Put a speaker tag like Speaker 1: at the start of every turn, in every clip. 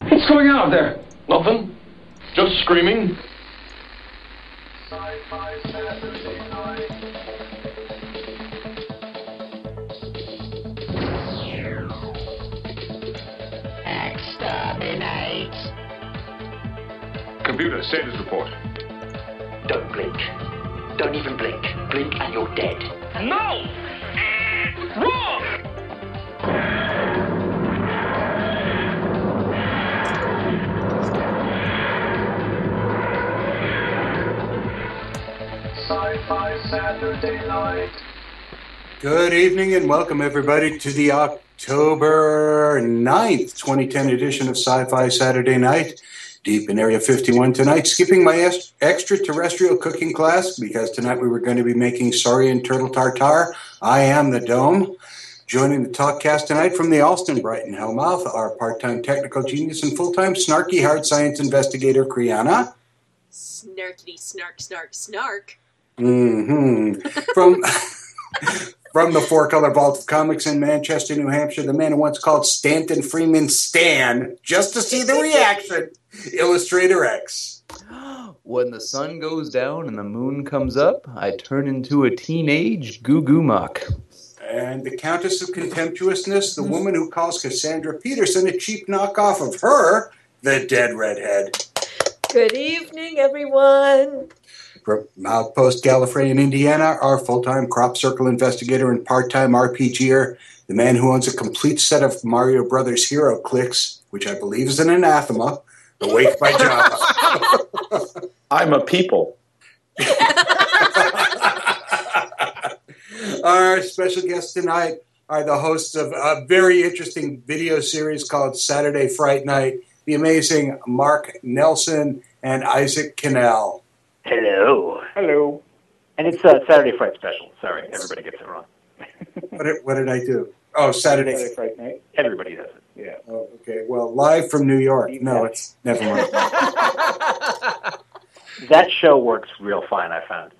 Speaker 1: What's going on up there?
Speaker 2: Nothing. Just screaming.
Speaker 3: Exterminate.
Speaker 4: Computer, status report.
Speaker 3: Don't blink. Don't even blink. Blink and you're dead.
Speaker 5: No! Wrong!
Speaker 6: Good evening and welcome everybody to the October 9th, 2010 edition of Sci-Fi Saturday Night. Deep in Area 51 tonight, skipping my ex- extraterrestrial cooking class because tonight we were going to be making saurian turtle tartare. I am the Dome. Joining the talk cast tonight from the Alston Brighton Hellmouth, our part-time technical genius and full-time snarky hard science investigator, Kriana.
Speaker 7: Snarkity snark snark snark.
Speaker 6: hmm From from the Four Color Vault of Comics in Manchester, New Hampshire, the man who once called Stanton Freeman Stan just to see the reaction. Illustrator X.
Speaker 8: When the sun goes down and the moon comes up, I turn into a teenage goo goo muck.
Speaker 6: And the Countess of Contemptuousness, the woman who calls Cassandra Peterson a cheap knockoff of her, the dead redhead.
Speaker 9: Good evening, everyone.
Speaker 6: From Outpost Gallifrey in Indiana, our full time crop circle investigator and part time RPGer, the man who owns a complete set of Mario Brothers hero clicks, which I believe is an anathema, awake by Java.
Speaker 2: I'm a people.
Speaker 6: Our special guests tonight are the hosts of a very interesting video series called Saturday Fright Night, the amazing Mark Nelson and Isaac Cannell.
Speaker 3: Hello.
Speaker 10: Hello. And it's uh, Saturday Fright Special. Sorry, everybody gets it wrong.
Speaker 6: What did, what did I do? Oh, Saturday.
Speaker 10: Fright Night. Everybody does it. Yeah.
Speaker 6: Oh, okay, well, live from New York. No, it's never mind.
Speaker 10: That show works real fine, I found.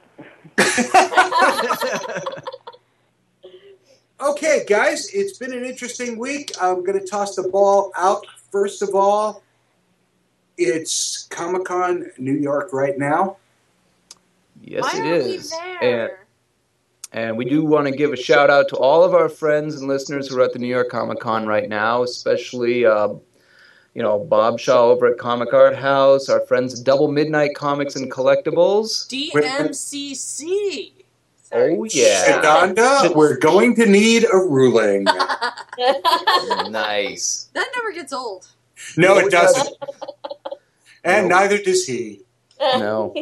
Speaker 6: Okay, guys, it's been an interesting week. I'm going to toss the ball out. First of all, it's Comic Con New York right now.
Speaker 8: Yes,
Speaker 7: Why
Speaker 8: it
Speaker 7: are
Speaker 8: is.
Speaker 7: we
Speaker 8: And,
Speaker 7: there?
Speaker 8: and we do want to give a shout out to all of our friends and listeners who are at the New York Comic Con right now, especially. Uh, you know, Bob Shaw over at Comic Art House, our friends at Double Midnight Comics and Collectibles.
Speaker 7: DMCC. Sorry.
Speaker 8: Oh, yeah.
Speaker 6: Shadanda, we're going to need a ruling.
Speaker 7: that
Speaker 8: nice.
Speaker 7: never gets old.
Speaker 6: No, it doesn't. And neither does he.
Speaker 8: No.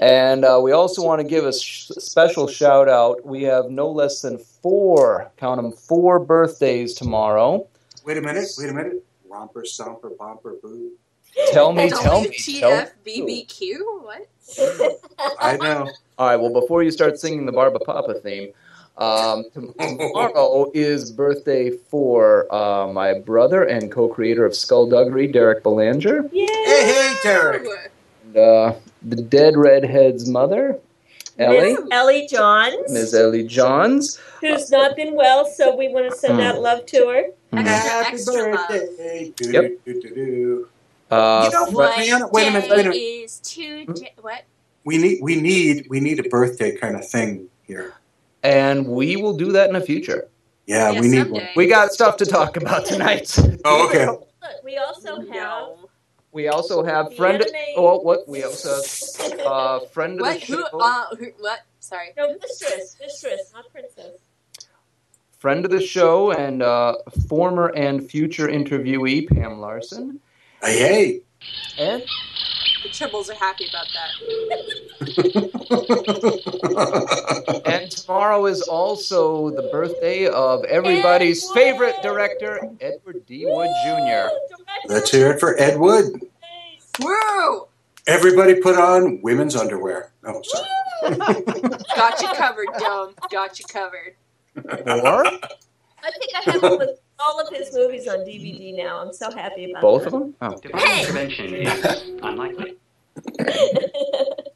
Speaker 8: And uh, we also want to give a sh- special shout out. We have no less than four, count them, four birthdays tomorrow.
Speaker 6: Wait a minute, wait a minute. Romper, stomper, bomper, boo.
Speaker 8: Tell me, tell me. Tell
Speaker 7: WTFBBQ? What?
Speaker 6: I know.
Speaker 8: All right, well, before you start singing the Barba Papa theme, um, tomorrow is birthday for uh, my brother and co creator of Skullduggery, Derek Belanger.
Speaker 9: Yay!
Speaker 6: Hey, hey, Derek.
Speaker 8: And, uh, the dead redhead's mother, Ellie,
Speaker 7: Miss-
Speaker 9: Ellie Johns,
Speaker 8: Ms. Ellie Johns.
Speaker 9: who's not been well, so we want to send
Speaker 8: Hmm.
Speaker 9: out love to her.
Speaker 6: Happy
Speaker 7: Extra, extra
Speaker 6: birthday. Do,
Speaker 8: Yep.
Speaker 6: do, do, do.
Speaker 8: Uh,
Speaker 6: You know what, man? Wait a
Speaker 7: One
Speaker 6: minute, wait a
Speaker 7: day
Speaker 6: minute.
Speaker 7: is two
Speaker 8: Hmm?
Speaker 7: day- what?
Speaker 6: We need, we need, we need a birthday kind of thing here.
Speaker 8: and we will do that in the future.
Speaker 6: Yeah,
Speaker 7: Yeah,
Speaker 6: we need one.
Speaker 7: someday.
Speaker 8: We got stuff to talk about tonight.
Speaker 6: Oh, okay.
Speaker 9: We also have
Speaker 8: We also have
Speaker 9: The
Speaker 8: friend.
Speaker 9: anime.
Speaker 8: Oh, what? We also have uh, friend of
Speaker 7: What?
Speaker 8: the
Speaker 7: Who?
Speaker 8: show.
Speaker 7: Uh, who, what? Sorry.
Speaker 9: no mistress, mistress, not princess.
Speaker 8: friend of the show and uh, former and future interviewee Pam Larson.
Speaker 6: Hey, hey.
Speaker 8: And
Speaker 7: The Tribbles are happy about that.
Speaker 8: and tomorrow is also the birthday of everybody's
Speaker 9: Edward!
Speaker 8: favorite director Edward D. Wood Jr.
Speaker 6: Let's hear it for Ed Wood.
Speaker 7: Woo!
Speaker 6: Everybody put on women's underwear. Oh, sorry.
Speaker 7: Got you covered, Dome. Got you covered.
Speaker 8: Or
Speaker 9: I think I have all of, all of his movies on DVD now. I'm so happy about
Speaker 8: both of them. Oh.
Speaker 3: Divine intervention is unlikely.
Speaker 9: that.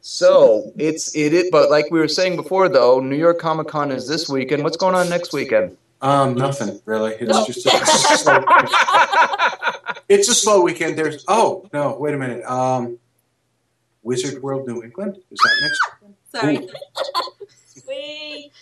Speaker 8: So it's it, it. But like we were saying before, though, New York Comic Con is this weekend. What's going on next weekend?
Speaker 6: Um, nothing really. It's
Speaker 9: No.
Speaker 6: just a, It's a slow weekend. There's oh no, wait a minute. Um, Wizard World New England is that next?
Speaker 9: Sorry. Sweet.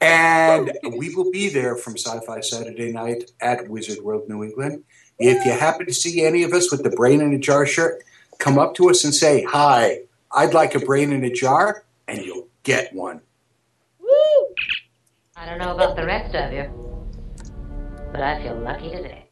Speaker 6: And we will be there from Sci-Fi Saturday night at Wizard World New England. If you happen to see any of us with the brain in a jar shirt, come up to us and say hi. I'd like a brain in a jar, and you'll get one.
Speaker 9: Woo!
Speaker 1: I don't know about the rest of you, but I feel lucky today.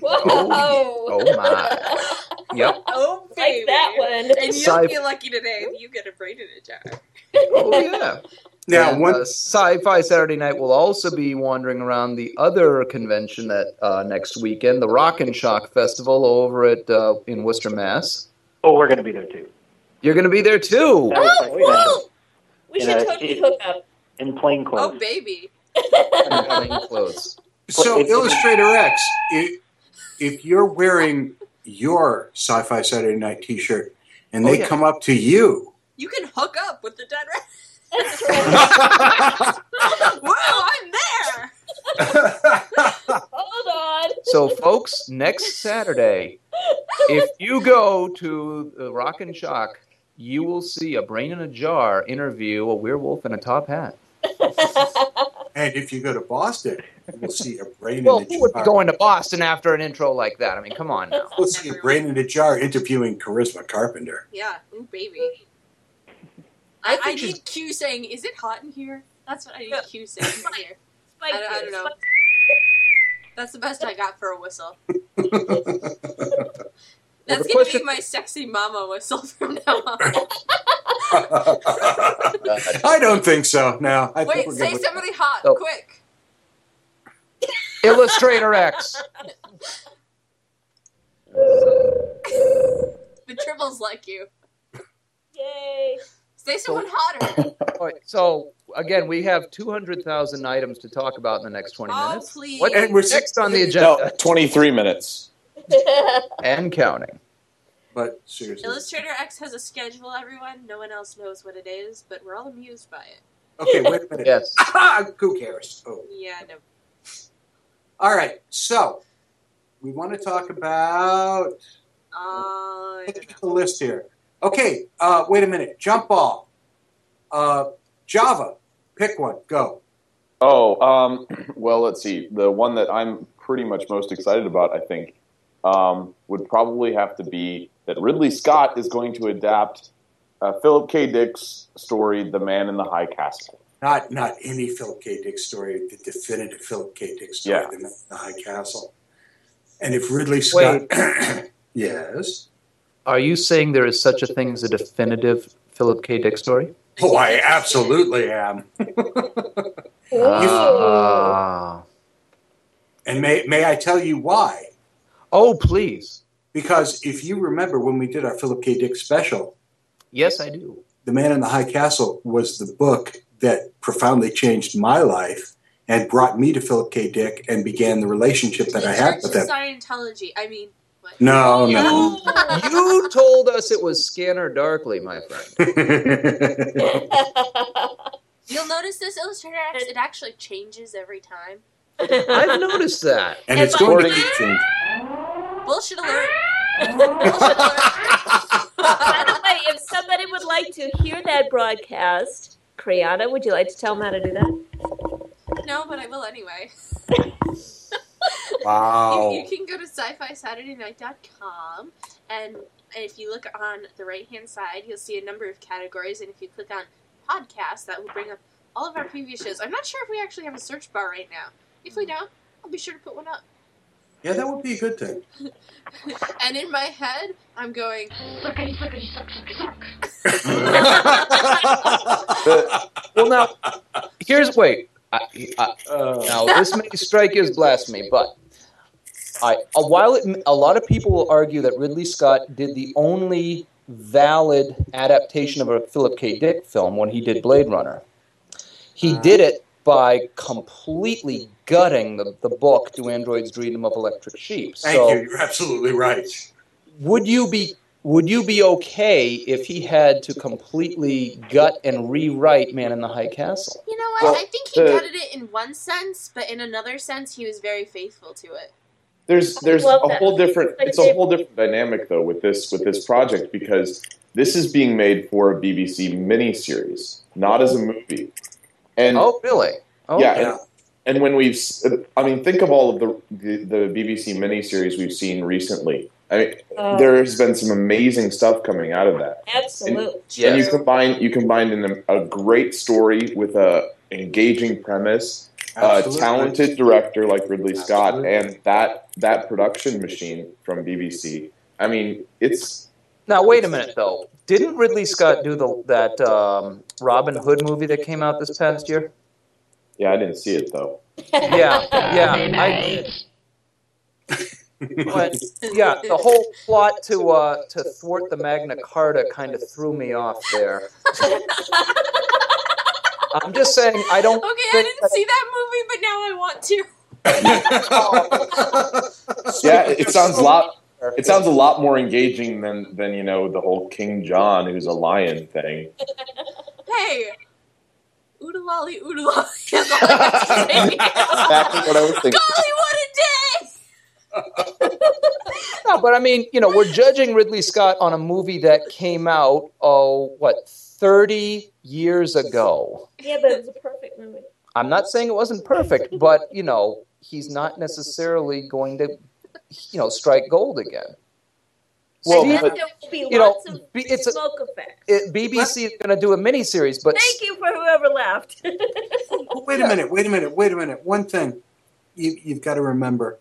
Speaker 9: Whoa!
Speaker 8: Oh, yeah. Oh, my. Yep.
Speaker 7: Oh,
Speaker 9: Like
Speaker 7: baby.
Speaker 9: that one.
Speaker 7: And you'll
Speaker 8: Sci-
Speaker 7: be lucky today if you get a brain in a jar.
Speaker 8: Oh yeah.
Speaker 6: Now,
Speaker 8: And,
Speaker 6: one
Speaker 8: uh, Sci-Fi Saturday Night will also be wandering around the other convention that uh, next weekend, the Rock and Shock Festival over at uh, in Worcester, Mass.
Speaker 10: Oh, we're going to be there too.
Speaker 8: You're going to be there too.
Speaker 10: That was
Speaker 9: Oh,
Speaker 10: like- wait a minute.
Speaker 9: whoa! We
Speaker 10: You
Speaker 9: should
Speaker 10: know,
Speaker 9: totally
Speaker 10: it-
Speaker 9: hook up.
Speaker 10: in plain
Speaker 7: Oh,
Speaker 10: clothes.
Speaker 7: baby.
Speaker 8: In plain clothes.
Speaker 6: So,
Speaker 10: Well, it-
Speaker 6: Illustrator X, if, if you're wearing your Sci Fi Saturday Night t shirt and they
Speaker 8: Oh, yeah.
Speaker 6: come up to you,
Speaker 7: You can hook up with the dead rat.
Speaker 9: That's right.
Speaker 7: Whoa, I'm there.
Speaker 9: Hold on.
Speaker 8: So, folks, next Saturday, if you go to the Rock and Shock, you will see a brain in a jar interview, a werewolf in a top hat.
Speaker 6: and if you go to Boston, you'll see a brain
Speaker 8: Well,
Speaker 6: in
Speaker 8: who
Speaker 6: a
Speaker 8: would be
Speaker 6: jar.
Speaker 8: going to Boston after an intro like that? I mean, come on now.
Speaker 6: We'll see a brain in a jar interviewing Charisma Carpenter.
Speaker 7: Yeah, ooh, baby. I, I,
Speaker 8: think she's-
Speaker 7: need Q saying, is it hot in here? That's what I need
Speaker 9: Yeah.
Speaker 7: Q saying in here.
Speaker 9: Spike
Speaker 7: I don't- I
Speaker 9: this.
Speaker 7: don't know. That's the best I got for a whistle. That's
Speaker 8: the
Speaker 7: gonna
Speaker 8: question-
Speaker 7: be my sexy mama whistle from now on.
Speaker 8: Uh,
Speaker 6: I don't think so. No, I think
Speaker 7: Wait,
Speaker 6: we're
Speaker 7: say
Speaker 6: good. with-
Speaker 7: somebody hot,
Speaker 8: Oh.
Speaker 7: quick.
Speaker 8: Illustrator X.
Speaker 7: The triples like you.
Speaker 9: Yay.
Speaker 7: Say someone hotter.
Speaker 8: All right, so again, we have 200,000 items to talk about in the next 20
Speaker 7: Oh,
Speaker 8: minutes.
Speaker 7: please.
Speaker 8: What's
Speaker 6: And we're-
Speaker 8: next on the
Speaker 2: No,
Speaker 8: agenda?
Speaker 2: 23 minutes.
Speaker 8: And counting.
Speaker 6: But seriously.
Speaker 7: Illustrator X has a schedule, everyone. No one else knows what it is, but we're all amused by it.
Speaker 6: Okay, wait a minute.
Speaker 8: Yes.
Speaker 6: Who cares? Oh.
Speaker 7: Yeah, no.
Speaker 6: All right, so we want to talk about
Speaker 7: Oh, I
Speaker 6: Look
Speaker 7: don't know.
Speaker 6: at the list here. Okay, uh, wait a minute. Jump ball. Uh, Java. Pick one. Go.
Speaker 2: Oh, um, well, let's see. The one that I'm pretty much most excited about, I think, um, would probably have to be that Ridley Scott is going to adapt uh, Philip K. Dick's story, The Man in the High Castle.
Speaker 6: Not not any Philip K. Dick story. The definitive Philip K. Dick story.
Speaker 2: Yeah.
Speaker 6: The, Man in the High Castle. And if Ridley Scott. yes.
Speaker 8: Are you saying there is such a thing as a definitive Philip K. Dick story?
Speaker 6: Oh, I absolutely am.
Speaker 9: Ooh.
Speaker 8: Ah.
Speaker 6: And may may I tell you why?
Speaker 8: oh, please.
Speaker 6: Because if you remember when we did our Philip K. Dick special,
Speaker 8: Yes, I do.
Speaker 6: The Man in the High Castle was the book that profoundly changed my life and brought me to Philip K. Dick and began the relationship that I had
Speaker 7: Church
Speaker 6: with
Speaker 7: of
Speaker 6: him.
Speaker 7: Scientology. I mean, what?
Speaker 6: No, no.
Speaker 8: You told us it was Scanner Darkly, my friend.
Speaker 7: You'll notice this Illustrator X, it actually changes every time.
Speaker 8: I've noticed that.
Speaker 6: and it's
Speaker 9: If
Speaker 6: going to
Speaker 2: I-
Speaker 6: keep changing.
Speaker 7: Bullshit alert. Bullshit
Speaker 9: By
Speaker 7: alert.
Speaker 9: the way, if somebody would like to hear that broadcast, Kriana, would you like to tell them how to do that?
Speaker 7: no, but I will anyway. You,
Speaker 6: Wow.
Speaker 7: you can go to sci-fi-saturday-night.com, and if you look on the right-hand side, you'll see a number of categories, and if you click on podcast, that will bring up all of our previous shows. I'm not sure if we actually have a search bar right now. If we don't, I'll be sure to put one up.
Speaker 6: Yeah, that would be a good thing.
Speaker 7: And in my head, I'm going,
Speaker 5: Suckety, suckety, suck, suckety, suck.
Speaker 8: Well, now, here's wait. I, I, Now, this may strike you as blasphemy, but I, a while it, a lot of people will argue that Ridley Scott did the only valid adaptation of a Philip K. Dick film when he did Blade Runner. He did it by completely gutting the, the book, Do Androids Dream of Electric Sheep?
Speaker 6: Thank
Speaker 8: So,
Speaker 6: you. You're absolutely right.
Speaker 8: would you be would you be okay if he had to completely gut and rewrite Man in the High Castle?
Speaker 7: you know what?
Speaker 2: Well,
Speaker 7: I think he
Speaker 2: the-
Speaker 7: gutted it in one sense, but in another sense, he was very faithful to it.
Speaker 2: there's there's
Speaker 9: love
Speaker 2: a
Speaker 9: that.
Speaker 2: whole different
Speaker 9: my
Speaker 2: it's a
Speaker 9: favorite.
Speaker 2: whole different dynamic though with this with this project because this is being made for a BBC miniseries, not as a movie. And
Speaker 8: Oh, really? Oh,
Speaker 2: yeah,
Speaker 8: okay.
Speaker 2: and, and when we've, s- I mean, think of all of the the, the BBC miniseries we've seen recently. I mean,
Speaker 9: Oh.
Speaker 2: there has been some amazing stuff coming out of that.
Speaker 9: Absolutely.
Speaker 2: And you
Speaker 8: Yes.
Speaker 2: combine you combine in a, a great story with a engaging premise, a
Speaker 6: Absolutely.
Speaker 2: Uh, talented director like Ridley Scott,
Speaker 6: Absolutely.
Speaker 2: and that that production machine from BBC. I mean, it's
Speaker 8: Now wait a minute though. Didn't Ridley Scott do the that um, Robin Hood movie that came out this past year?
Speaker 2: yeah, I didn't see it though.
Speaker 8: Yeah, yeah. I, but yeah, the whole plot to uh, to thwart the Magna Carta kind of threw me off there. I'm just saying I don't.
Speaker 7: Okay, I
Speaker 8: think
Speaker 7: didn't see that movie, but now I want to.
Speaker 2: Yeah, it sounds a lot. It sounds a lot more engaging than than you know the whole King John who's a lion thing.
Speaker 7: Hey, oodalolly, oodalolly. That's all I have to say.
Speaker 2: Exactly what I was thinking.
Speaker 7: Golly, what a day!
Speaker 8: No, but I mean, you know, we're judging Ridley Scott on a movie that came out oh, what, 30 years ago.
Speaker 9: Yeah, but it was a perfect movie.
Speaker 8: I'm not saying it wasn't perfect, but you know, he's not necessarily going to, you know, strike gold again.
Speaker 2: Well,
Speaker 9: and then
Speaker 2: but-
Speaker 9: there will be
Speaker 8: you know,
Speaker 9: lots of
Speaker 8: be- it's a-
Speaker 9: smoke effects.
Speaker 8: It, BBC is going to do a miniseries, but
Speaker 9: Thank you for whoever laughed.
Speaker 6: Oh, wait a minute, wait a minute, wait a minute. One thing you, you've got to remember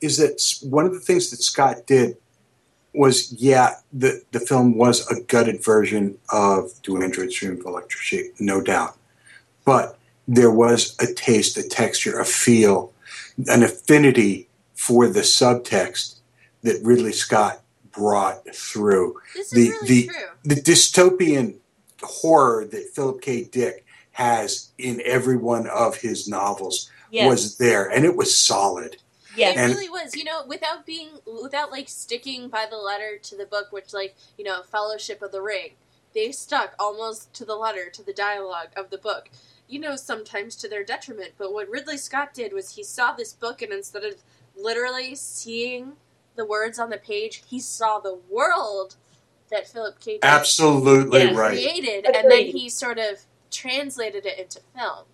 Speaker 6: is that s- one of the things that Scott did was, yeah, the, the film was a gutted version of Do Androids Dream of Electric Sheep, no doubt. But there was a taste, a texture, a feel, an affinity for the subtext that Ridley Scott brought through
Speaker 7: This is
Speaker 6: The-
Speaker 7: really
Speaker 6: the-
Speaker 7: true.
Speaker 6: the dystopian horror that Philip K. Dick has in every one of his novels
Speaker 9: yes.
Speaker 6: was there, and it was solid.
Speaker 9: yes.
Speaker 7: It
Speaker 6: And-
Speaker 7: really was, you know, without being, without like sticking by the letter to the book, which like, you know, Fellowship of the Ring, they stuck almost to the letter to the dialogue of the book. You know, sometimes to their detriment. But what Ridley Scott did was he saw this book, and instead of literally seeing the words on the page, he saw the world that Philip K. Dick
Speaker 6: Absolutely
Speaker 9: Yes.
Speaker 6: right.
Speaker 7: created, and then
Speaker 9: Agreed.
Speaker 7: he sort of translated it into film.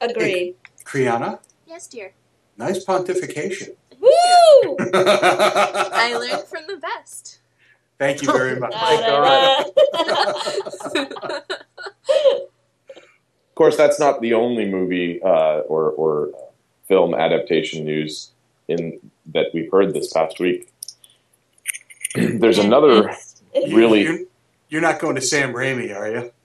Speaker 9: Agreed.
Speaker 6: Kriana,
Speaker 7: Yes, dear.
Speaker 6: nice pontification.
Speaker 9: Woo!
Speaker 7: I
Speaker 6: I
Speaker 7: learned from the best.
Speaker 6: Thank you very much.
Speaker 9: Da, da, da.
Speaker 2: Of course, that's not the only movie uh, or or film adaptation news in that we've heard this past week. There's another.
Speaker 6: You-
Speaker 2: Really-
Speaker 6: You're, you're not going to Sam Raimi, are you?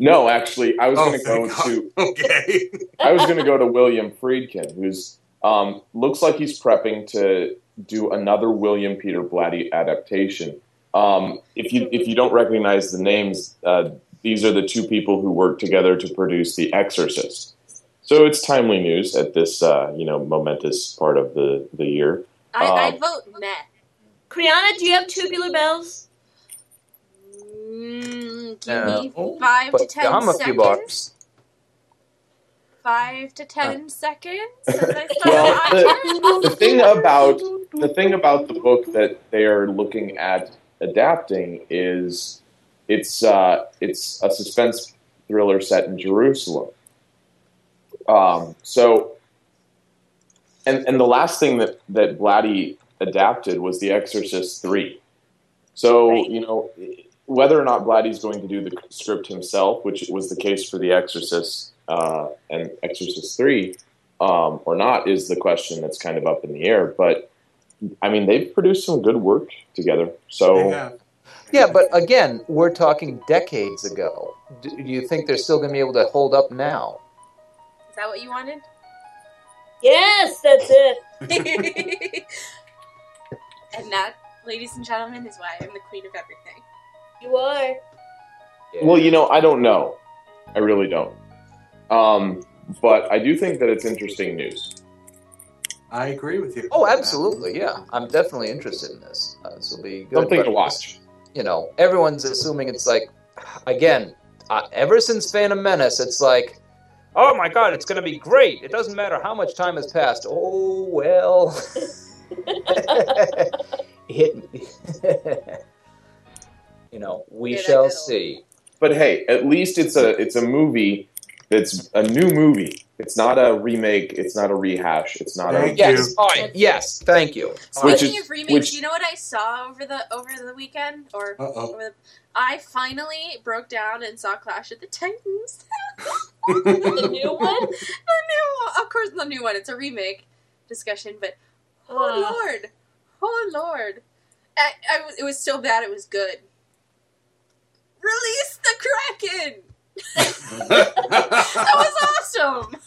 Speaker 2: No, actually, I was going to go
Speaker 6: thank Oh God.
Speaker 2: to
Speaker 6: Okay.
Speaker 2: I was going to go to William Friedkin, who's um, looks like he's prepping to do another William Peter Blatty adaptation. Um, if you if you don't recognize the names, uh, these are the two people who worked together to produce The Exorcist. So it's timely news at this uh, you know momentous part of the the year.
Speaker 7: I, I
Speaker 2: Um,
Speaker 7: vote meh.
Speaker 9: Kriana, do you have tubular bells?
Speaker 7: Mm, give
Speaker 8: No,
Speaker 7: me five to
Speaker 8: Uh, oh, but I'm
Speaker 7: ten
Speaker 8: a few
Speaker 7: seconds.
Speaker 8: bars. Uh,
Speaker 7: Five to ten seconds. As I start
Speaker 2: Well,
Speaker 7: watching.
Speaker 2: The thing about the thing about the book that they are looking at adapting is it's uh, it's a suspense thriller set in Jerusalem. Um, so, and and the last thing that that Blatty adapted was The Exorcist three. So
Speaker 9: Right.
Speaker 2: you know whether or not Blatty's going to do the script himself, which was the case for The Exorcist uh, and Exorcist three, um, or not, is the question that's kind of up in the air. But I mean, they've produced some good work together. So.
Speaker 6: Yeah.
Speaker 8: Yeah, but again, we're talking decades ago. Do do you think they're still going to be able to hold up now?
Speaker 7: Is that what you wanted?
Speaker 9: Yes, that's it.
Speaker 7: and that, ladies and gentlemen, is why I'm the queen of everything.
Speaker 9: You are.
Speaker 2: Well, you know, I don't know. I really don't. Um, but I do think that it's interesting news.
Speaker 6: I agree with you.
Speaker 8: Oh, absolutely. Yeah, I'm definitely interested in this. Uh, this will be good.
Speaker 2: Something
Speaker 8: but
Speaker 2: to watch.
Speaker 8: You know, everyone's assuming it's like, again, uh, ever since Phantom Menace, it's like, oh my god, it's going to be great. It doesn't matter how much time has passed. Oh well. Hit me. you know, we
Speaker 7: Good
Speaker 8: shall
Speaker 7: idea.
Speaker 8: see.
Speaker 2: But hey, at least it's a it's a movie that's a new movie. It's not a remake. It's not a rehash. It's not a
Speaker 6: Thank
Speaker 8: Yes, fine. Yes, thank you.
Speaker 2: Which
Speaker 7: Speaking
Speaker 2: is-
Speaker 7: of remakes,
Speaker 2: which-
Speaker 7: you know what I saw over the over the weekend, or
Speaker 6: Uh oh.
Speaker 7: over the, I finally broke down and saw Clash of the Titans.
Speaker 9: The new one?
Speaker 7: the new, of course, the new one. It's a remake discussion, but
Speaker 9: Uh.
Speaker 7: oh lord, oh lord, I, I was- it was so bad it was good. Release the Kraken. That was awesome.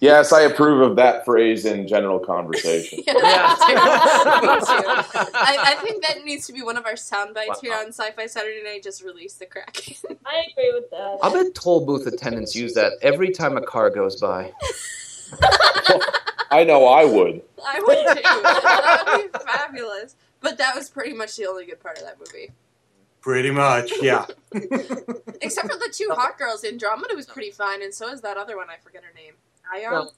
Speaker 2: yes. I approve of that phrase in general conversation.
Speaker 7: I, I think that needs to be one of our sound bites here
Speaker 8: Wow.
Speaker 7: on Sci-Fi Saturday Night. Just release the Kraken.
Speaker 9: I agree with that.
Speaker 8: I'll bet toll booth attendants use that every time a car goes by.
Speaker 2: I know I would.
Speaker 7: I would too. that would be fabulous. But that was pretty much the only good part of that movie.
Speaker 6: Pretty much, yeah.
Speaker 7: Except for the two hot girls. Andromeda was pretty fine, and so is that other one. I forget her name. Ion?
Speaker 8: No.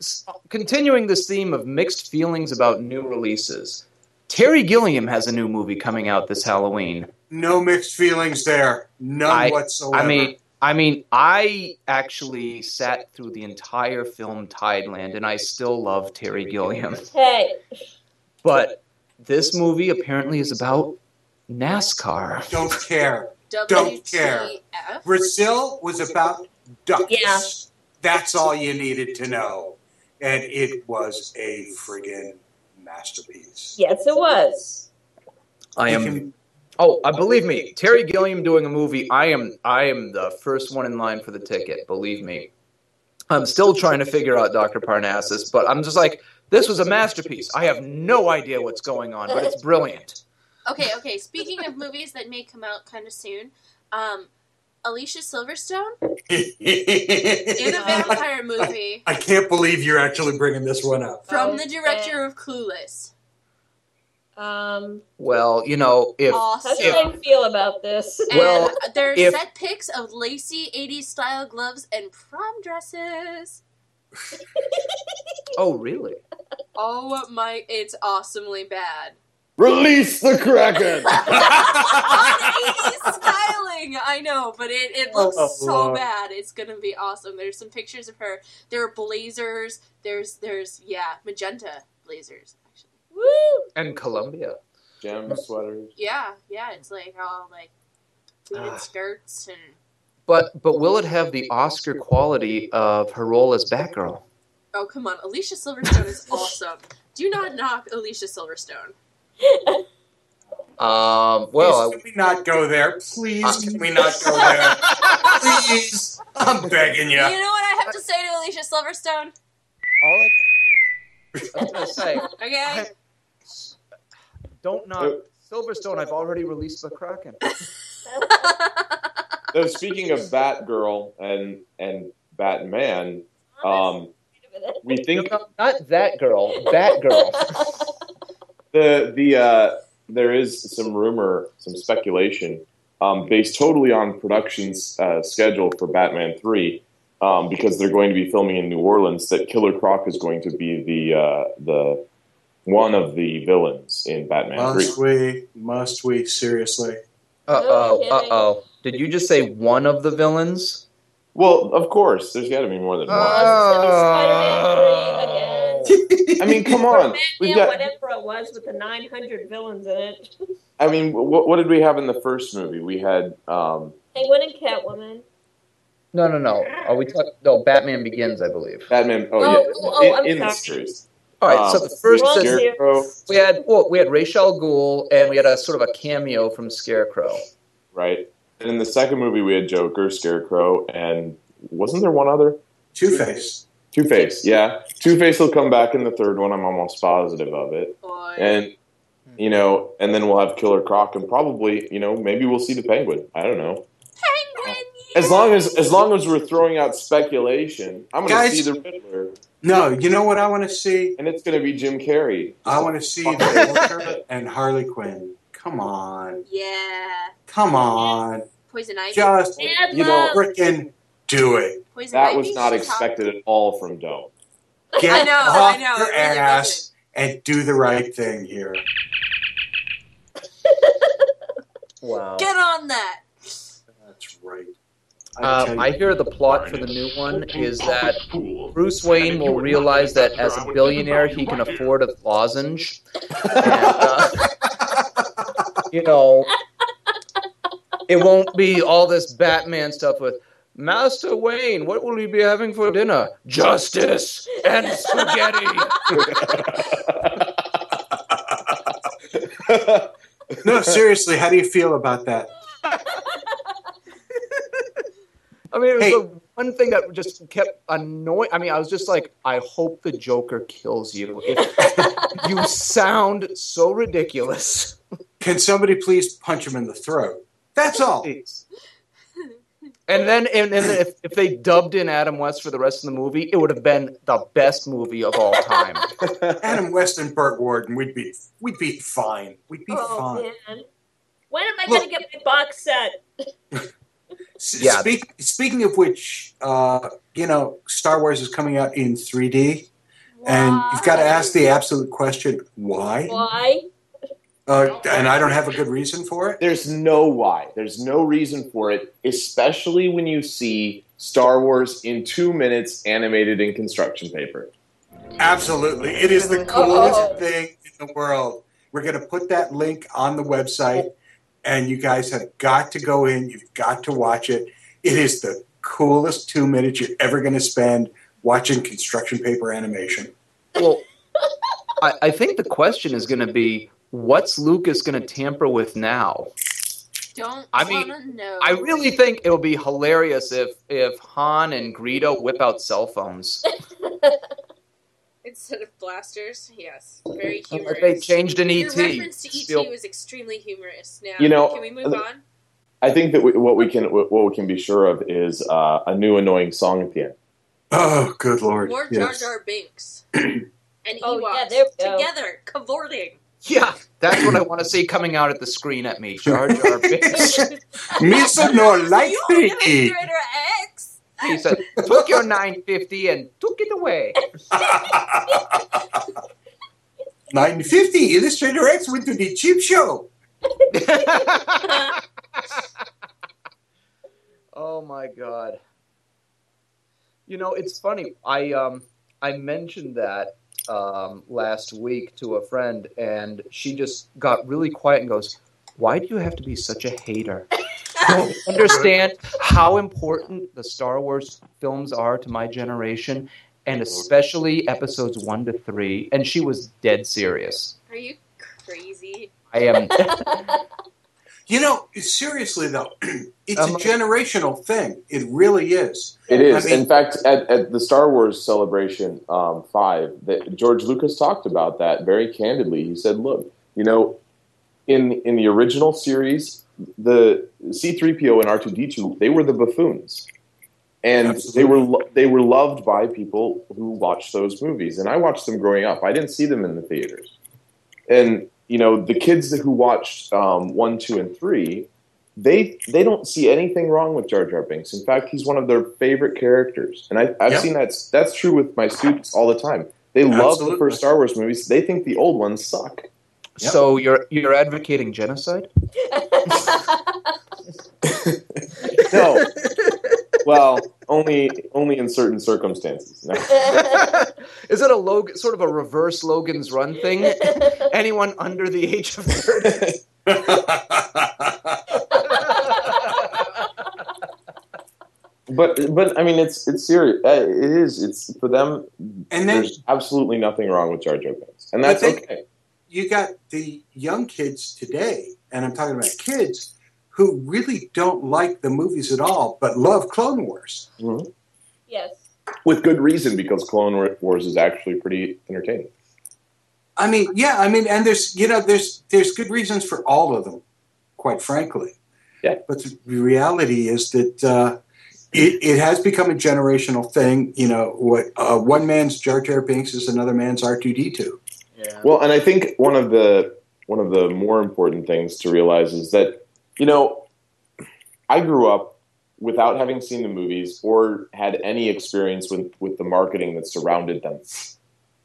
Speaker 8: S- Continuing this theme of mixed feelings about new releases, Terry Gilliam has a new movie coming out this Halloween.
Speaker 6: No mixed feelings there. None
Speaker 8: I-
Speaker 6: whatsoever.
Speaker 8: I mean, I mean, I actually sat through the entire film Tideland, and I still love Terry Gilliam.
Speaker 9: Hey,
Speaker 8: But this movie apparently is about NASCAR.
Speaker 6: don't care. Don't care.
Speaker 7: WTF?
Speaker 6: Brazil was about ducks.
Speaker 9: Yeah.
Speaker 6: That's all you needed to know. And it was a friggin' masterpiece.
Speaker 9: yes, it was.
Speaker 8: I
Speaker 6: You
Speaker 8: am.
Speaker 6: can-
Speaker 8: Oh, uh, believe me, Terry Gilliam doing a movie. I am. I am the first one in line for the ticket. Believe me. I'm still trying to figure out Dr. Parnassus, but I'm just like, this was a masterpiece. I have no idea what's going on, but it's brilliant.
Speaker 7: Okay, okay. Speaking of movies that may come out kind of soon, um, Alicia Silverstone in a vampire movie
Speaker 6: I can't believe you're actually bringing this one up.
Speaker 7: from the director of Clueless.
Speaker 9: Um,
Speaker 8: Well, you know, if
Speaker 9: how
Speaker 7: Awesome.
Speaker 9: should I feel about this?
Speaker 7: And
Speaker 8: Well,
Speaker 7: there are
Speaker 8: if-
Speaker 7: set pics of lacy 80s style gloves and prom dresses.
Speaker 8: oh really?
Speaker 7: Oh my, it's awesomely bad.
Speaker 2: Release the Kraken.
Speaker 7: On 80s styling, I know, but it, it looks
Speaker 6: Oh,
Speaker 7: so
Speaker 6: Lord.
Speaker 7: bad. It's gonna be awesome. There's some pictures of her. There are blazers. There's, there's, yeah, magenta blazers, actually.
Speaker 9: Woo!
Speaker 8: And Columbia.
Speaker 2: Gem sweaters.
Speaker 7: Yeah, yeah, it's like all like pleated
Speaker 8: Ah.
Speaker 7: skirts and.
Speaker 8: But but will it have the Oscar quality of her role as Batgirl?
Speaker 7: Oh, come on. Alicia Silverstone is awesome. Do not knock Alicia Silverstone.
Speaker 8: Um,
Speaker 6: Well,
Speaker 8: well,
Speaker 6: can we not go there? Please,
Speaker 8: Uh,
Speaker 6: can we not go there? Please, I'm begging
Speaker 7: You
Speaker 6: you.
Speaker 7: know what I have to say to Alicia Silverstone?
Speaker 8: all I, I was gonna say,
Speaker 7: Okay?
Speaker 8: don't knock Silverstone. I've already released the Kraken.
Speaker 2: So speaking of Batgirl and and Batman, um, we think
Speaker 8: No, not that girl, Batgirl.
Speaker 2: the the uh, there is some rumor, some speculation, um, based totally on production's uh, schedule for Batman Three, um, because they're going to be filming in New Orleans. That Killer Croc is going to be the uh, the one of the villains in Batman Three.
Speaker 6: Must we? Must we? Seriously?
Speaker 8: Uh oh,
Speaker 9: Okay.
Speaker 8: uh oh. Did you just say one of the villains?
Speaker 2: Well, of course, there's got to be more than one.
Speaker 8: Uh,
Speaker 9: Oh, it's gonna be Spider-Man 3 again.
Speaker 2: I mean, come on, we've
Speaker 9: Batman,
Speaker 2: got.
Speaker 9: whatever it was, with the 900 villains in it.
Speaker 2: I mean, what, what did we have in the first movie? We had um,
Speaker 9: Penguin and Catwoman.
Speaker 8: No, no, no. Are we talking? No, Batman Begins, I believe.
Speaker 2: Batman. Oh,
Speaker 9: Oh,
Speaker 2: yeah,
Speaker 9: oh,
Speaker 2: in,
Speaker 9: I'm
Speaker 2: in the
Speaker 9: sorry.
Speaker 2: series.
Speaker 8: All right. So
Speaker 2: Um,
Speaker 8: the first,
Speaker 9: Wrong
Speaker 8: the-
Speaker 9: series.
Speaker 2: Scarecrow.
Speaker 8: Uh, we had well, we had Rachel Ghoul, and we had a sort of a cameo from Scarecrow.
Speaker 2: right? And in the second movie, we had Joker, Scarecrow, and wasn't there one other?
Speaker 6: Two Face.
Speaker 2: Two Face, yeah. Two Face will come back in the third one. I'm almost positive of it.
Speaker 7: Boy.
Speaker 2: And you know, and then we'll have Killer Croc, and probably you know, maybe we'll see the Penguin. I don't know.
Speaker 7: Penguin!
Speaker 2: As long as as long as we're throwing out speculation, I'm going to
Speaker 6: Guys-
Speaker 2: see the Riddler,
Speaker 6: No, you know what I want to see?
Speaker 2: and it's going to be Jim Carrey.
Speaker 6: I want to see the Joker and Harley Quinn. Come on,
Speaker 7: Yeah.
Speaker 6: come on,
Speaker 7: Poison Ivy.
Speaker 6: just
Speaker 9: Mad
Speaker 2: You know,
Speaker 9: Love.
Speaker 6: freaking do it.
Speaker 7: Poison
Speaker 2: That
Speaker 7: Ivy?
Speaker 2: was not
Speaker 7: She's hot.
Speaker 2: expected at all from Doe.
Speaker 6: Get
Speaker 7: I know, I
Speaker 6: off
Speaker 7: know,
Speaker 6: your
Speaker 7: it really
Speaker 6: ass and do the right thing here.
Speaker 8: Wow.
Speaker 7: Get on that.
Speaker 6: That's right. I
Speaker 8: Uh,
Speaker 6: tell
Speaker 8: I
Speaker 6: you-
Speaker 8: hear the plot for the new one is that Bruce Wayne will realize that as a billionaire, he can afford a lozenge. And, uh, you know, it won't be all this Batman stuff with Master Wayne. What will you be having for dinner? Justice and spaghetti.
Speaker 6: no, seriously, how do you feel about that?
Speaker 8: I mean, it was
Speaker 6: Hey.
Speaker 8: the one thing that just kept annoying. I mean, I was just like, I hope the Joker kills you. If you sound so ridiculous.
Speaker 6: Can somebody please punch him in the throat? That's all.
Speaker 8: And then, and, and if, if they dubbed in Adam West for the rest of the movie, it would have been the best movie of all time.
Speaker 6: Adam West and Burt Ward, and we'd be we'd be fine. We'd be fine.
Speaker 9: oh, man. When am I
Speaker 6: Look-
Speaker 9: going to get my box set?
Speaker 6: S-
Speaker 8: Yeah.
Speaker 6: Speak, speaking of which, uh, you know, Star Wars is coming out in 3D, and you've got to ask the absolute question: Why?
Speaker 9: Why?
Speaker 6: Uh, and I don't have a good reason for it.
Speaker 2: There's no why. There's no reason for it, especially when you see Star Wars in two minutes animated in construction paper.
Speaker 6: Absolutely, it is the coolest
Speaker 9: Oh.
Speaker 6: thing in the world. We're going to put that link on the website, and you guys have got to go in. You've got to watch it. It is the coolest two minutes you're ever going to spend watching construction paper animation.
Speaker 8: Well, I, I think the question is going to be what's Lucas going to tamper with now?
Speaker 7: Don't
Speaker 8: I mean,
Speaker 7: wanna know.
Speaker 8: I really think it'll be hilarious if, if Han and Greedo whip out cell phones.
Speaker 7: Instead of blasters, yes, very humorous.
Speaker 8: Like they changed an E
Speaker 7: Your
Speaker 8: ET.
Speaker 7: reference to ET
Speaker 8: Still-
Speaker 7: was extremely humorous. Now,
Speaker 2: You know,
Speaker 7: can we move
Speaker 2: uh,
Speaker 7: on?
Speaker 2: I think that we, what we can what we can be sure of is uh, a new annoying song at the end.
Speaker 6: Oh, good lord!
Speaker 7: More Jar
Speaker 6: yes.
Speaker 7: Jar Binks and
Speaker 9: Oh, yeah,
Speaker 7: Ewoks
Speaker 9: there we go.
Speaker 7: together cavorting.
Speaker 8: Yeah, that's what I want to see coming out at the screen at me. Jar Jar Binks.
Speaker 6: Misa no like
Speaker 7: you
Speaker 6: Ricky.
Speaker 7: Administrator X.
Speaker 8: He said, took your 950 and took it away.
Speaker 6: 950 Illustrator X went to the cheap show.
Speaker 8: oh my god. You know, it's funny. I um I mentioned that um last week to a friend and she just got really quiet and goes, "Why do you have to be such a hater?" Don't you understand how important the Star Wars films are to my generation and especially episodes 1 to 3 and she was dead serious.
Speaker 7: Are you crazy?
Speaker 8: I am
Speaker 6: You know, seriously though, it's
Speaker 8: Um,
Speaker 6: a generational thing. It really is.
Speaker 2: It is.
Speaker 6: I mean-
Speaker 2: In fact, at, at the Star Wars Celebration um, Five, that George Lucas talked about that very candidly. He said, "Look, you know, in in the original series, the C three PO and R two D two they were the buffoons, and
Speaker 6: Absolutely.
Speaker 2: they were lo- they were loved by people who watched those movies. And I watched them growing up. I didn't see them in the theaters, and you know, the kids who watched um, one, two, and three they they don't see anything wrong with Jar Jar Binks. In fact, he's one of their favorite characters, and I, I've
Speaker 6: Yeah.
Speaker 2: seen that. That's true with my students all the time. They love the
Speaker 6: Absolutely.
Speaker 2: first Star Wars movies. They think the old ones suck.
Speaker 6: Yep.
Speaker 8: So you're you're advocating genocide?
Speaker 2: No, well, only only in certain circumstances. No.
Speaker 8: Is it a log- sort of a reverse Logan's Run thing? Anyone under the age of 30?
Speaker 2: But but I mean, it's it's serious. Uh, It is. It's for them.
Speaker 6: and then
Speaker 2: there's absolutely nothing wrong with Jar Jar Binks, and that's
Speaker 6: I think-
Speaker 2: okay.
Speaker 6: you got the young kids today, and I'm talking about kids who really don't like the movies at all, but love Clone Wars.
Speaker 9: yes.
Speaker 2: With good reason, because Clone Wars is actually pretty entertaining.
Speaker 6: I mean, yeah, I mean, and there's you know, there's there's good reasons for all of them, quite frankly.
Speaker 2: Yeah.
Speaker 6: But the reality is that uh, it it has become a generational thing. You know, what uh, one man's Jar Jar Binks is another man's R two D two.
Speaker 2: Well, and I think one of the one of the more important things to realize is that you know I grew up without having seen the movies or had any experience with with the marketing that surrounded them.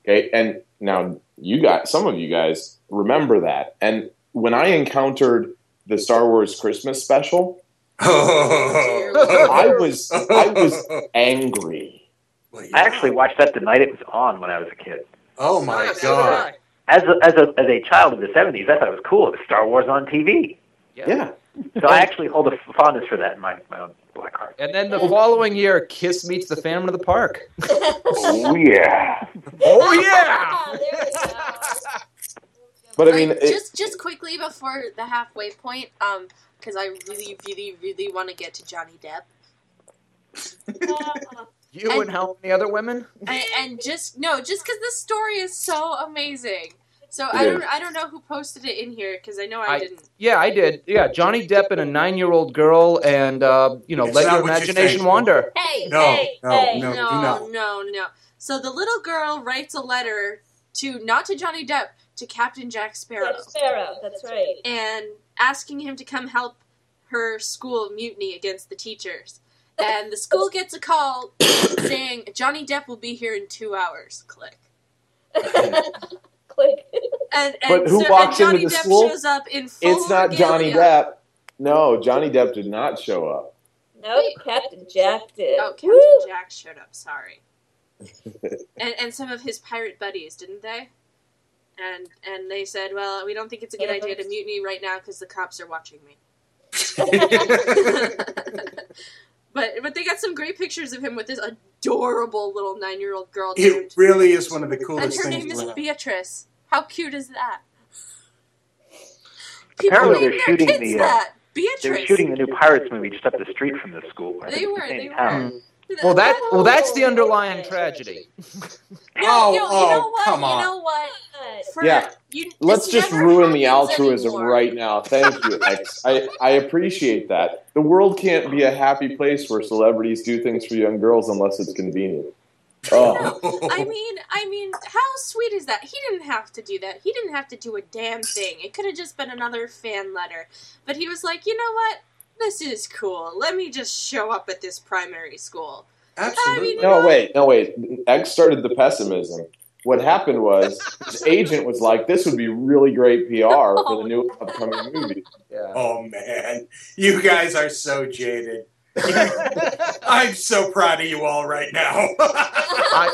Speaker 2: Okay, and now you guys, some of you guys, remember that. And when I encountered the Star Wars Christmas special, I was I was angry.
Speaker 10: I actually watched that the night it was on when I was a kid.
Speaker 6: Oh my god!
Speaker 10: As a, as a as a child of the '70s, I thought it was cool. It was Star Wars on TV.
Speaker 8: Yeah.
Speaker 10: So I actually hold a fondness for that in my, my own black heart.
Speaker 8: And then the following year, Kiss meets the Phantom of the Park.
Speaker 10: Oh yeah.
Speaker 8: Oh yeah!
Speaker 9: there we go.
Speaker 2: But I mean,
Speaker 7: Like,
Speaker 2: it-
Speaker 7: just just quickly before the halfway point, um, because I really, really, really want to get to Johnny Depp,
Speaker 8: You and, how many other women?
Speaker 7: and, and just no, just because the story is so amazing. So
Speaker 2: It
Speaker 7: I don't,
Speaker 2: is.
Speaker 7: I don't know who posted it in here because I know I,
Speaker 8: I-
Speaker 7: didn't.
Speaker 8: Yeah, I did. Yeah, Johnny Depp and a nine-year-old girl, and uh, you know,
Speaker 6: It's
Speaker 8: let
Speaker 6: not
Speaker 8: your
Speaker 6: what you
Speaker 8: imagination
Speaker 6: think.
Speaker 8: wander.
Speaker 9: Hey,
Speaker 6: No,
Speaker 9: hey,
Speaker 6: no,
Speaker 9: hey.
Speaker 6: no. do
Speaker 7: no,
Speaker 6: not.
Speaker 7: no, no. So the little girl writes a letter to not to Johnny Depp to Captain Jack Sparrow.
Speaker 9: Jack Sparrow, that's right.
Speaker 7: and asking him to come help her school mutiny against the teachers. And the school gets a call saying Johnny Depp will be here in two hours. Click.
Speaker 9: Click.
Speaker 7: And, and
Speaker 2: But who
Speaker 7: so,
Speaker 2: walks
Speaker 7: and Johnny
Speaker 2: into the
Speaker 7: Depp
Speaker 2: school?
Speaker 7: shows up in full
Speaker 2: it's not Johnny
Speaker 7: regalia.
Speaker 2: Depp. No, Johnny Depp did not show up.
Speaker 9: Nope, Captain Jack did.
Speaker 7: Oh, Captain
Speaker 9: Woo!
Speaker 7: Jack showed up. Sorry. and and some of his pirate buddies, didn't they? And and they said, well, we don't think it's a good
Speaker 9: Yeah,
Speaker 7: idea to
Speaker 9: but-
Speaker 7: mutiny right now because the cops are watching me.
Speaker 6: no.
Speaker 7: but but they got some great pictures of him with this adorable little nine year old girl named,
Speaker 6: it really is one of the
Speaker 7: and
Speaker 6: coolest
Speaker 7: her
Speaker 6: things.
Speaker 7: name is
Speaker 6: around.
Speaker 7: Beatrice. How cute is that?
Speaker 10: Apparently
Speaker 7: name
Speaker 10: they're
Speaker 7: their
Speaker 10: shooting
Speaker 7: kids
Speaker 10: the, uh,
Speaker 7: that.
Speaker 10: They were
Speaker 7: Beatrice.
Speaker 10: shooting the new Pirates movie just up the street from the school. I
Speaker 7: They
Speaker 10: think
Speaker 7: were,
Speaker 10: it's the
Speaker 7: they
Speaker 10: same
Speaker 7: were.
Speaker 10: town.
Speaker 8: Well, that well, that's the underlying tragedy.
Speaker 7: No,
Speaker 6: Oh,
Speaker 7: no,
Speaker 6: oh,
Speaker 7: you know what?
Speaker 6: come on.
Speaker 7: You know what? For,
Speaker 2: Yeah.
Speaker 7: You,
Speaker 2: Let's
Speaker 7: this
Speaker 2: just
Speaker 7: never
Speaker 2: ruin the
Speaker 7: happens
Speaker 2: altruism
Speaker 7: anymore.
Speaker 2: right now. Thank you, X. I, I appreciate that. The world can't be a happy place where celebrities do things for young girls unless it's convenient. Oh,
Speaker 7: I mean, I mean, how sweet is that? He didn't have to do that. He didn't have to do a damn thing. It could have just been another fan letter. But he was like, you know what? This is cool. Let me just show up at this primary school.
Speaker 6: Absolutely.
Speaker 2: no, wait, no, wait. X started the pessimism. What happened was his agent was like, "This would be really great PR for the new upcoming movie."
Speaker 8: Yeah.
Speaker 6: Oh man, you guys are so jaded.
Speaker 8: Oh.
Speaker 6: I'm so proud of you all right now.
Speaker 8: I,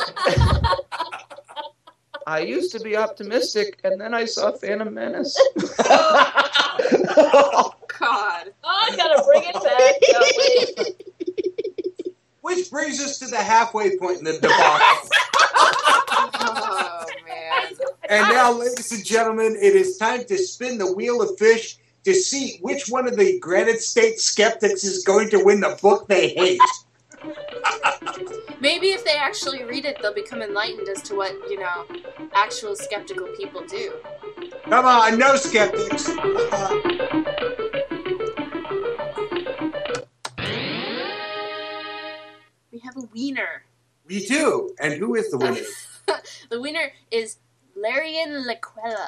Speaker 8: I used to be optimistic, and then I saw Phantom Menace.
Speaker 7: God.
Speaker 9: Oh, I gotta bring it back. Don't we?
Speaker 6: Which brings us to the halfway point in the debacle.
Speaker 7: Oh, man.
Speaker 6: and now, ladies and gentlemen, it is time to spin the wheel of fish to see which one of the Granite State skeptics is going to win the book they hate.
Speaker 7: Maybe if they actually read it, they'll become enlightened as to what, you know, actual skeptical people do.
Speaker 6: Come on, no skeptics. Uh,
Speaker 7: We have a wiener.
Speaker 6: we do. And who is the winner?
Speaker 7: The wiener is Larian Laquella.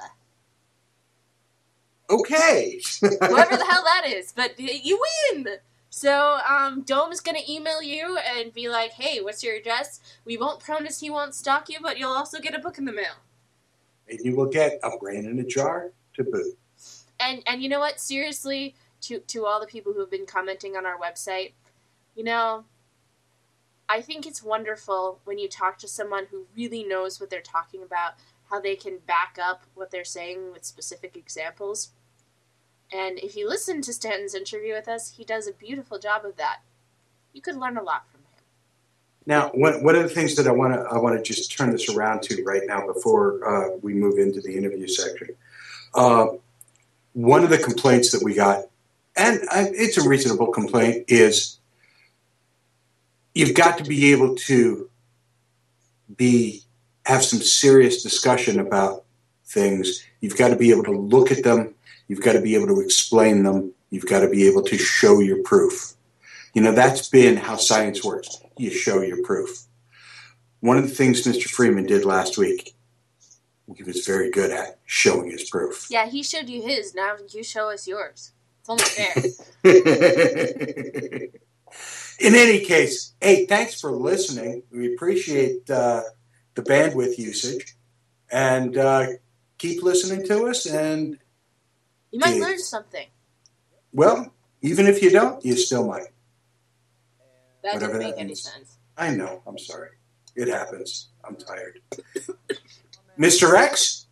Speaker 6: Okay.
Speaker 7: whoever the hell that is, but you win. So, um, Dome's gonna email you and be like, "Hey, what's your address?" We won't promise he won't stalk you, but you'll also get a book in the mail.
Speaker 6: and you will get a brain in a jar to boot.
Speaker 7: And and you know what? Seriously, to to all the people who have been commenting on our website, you know, I think it's wonderful when you talk to someone who really knows what they're talking about, how they can back up what they're saying with specific examples. And if you listen to Stanton's interview with us, he does a beautiful job of that. You could learn a lot from him.
Speaker 6: Now, one, one of the things that I want to I want to just turn this around to right now before uh, we move into the interview section. Uh, one of the complaints that we got, and uh, it's a reasonable complaint, is you've got to be able to be have some serious discussion about things. You've got to be able to look at them. You've got to be able to explain them. You've got to be able to show your proof. You know, that's been how science works. You show your proof. One of the things Mr. Freeman did last week, he was very good at showing his proof.
Speaker 7: Yeah, he showed you his. Now you show us yours. It's only fair.
Speaker 6: In any case, hey, thanks for listening. We appreciate uh, the bandwidth usage. And uh, keep listening to us. And
Speaker 7: You might
Speaker 6: Yeah.
Speaker 7: learn something.
Speaker 6: well, even if you don't, you still might.
Speaker 7: That
Speaker 6: Whatever
Speaker 7: doesn't
Speaker 6: that
Speaker 7: make any
Speaker 6: means.
Speaker 7: sense.
Speaker 6: I know. I'm sorry. It happens. I'm tired. Mr. X?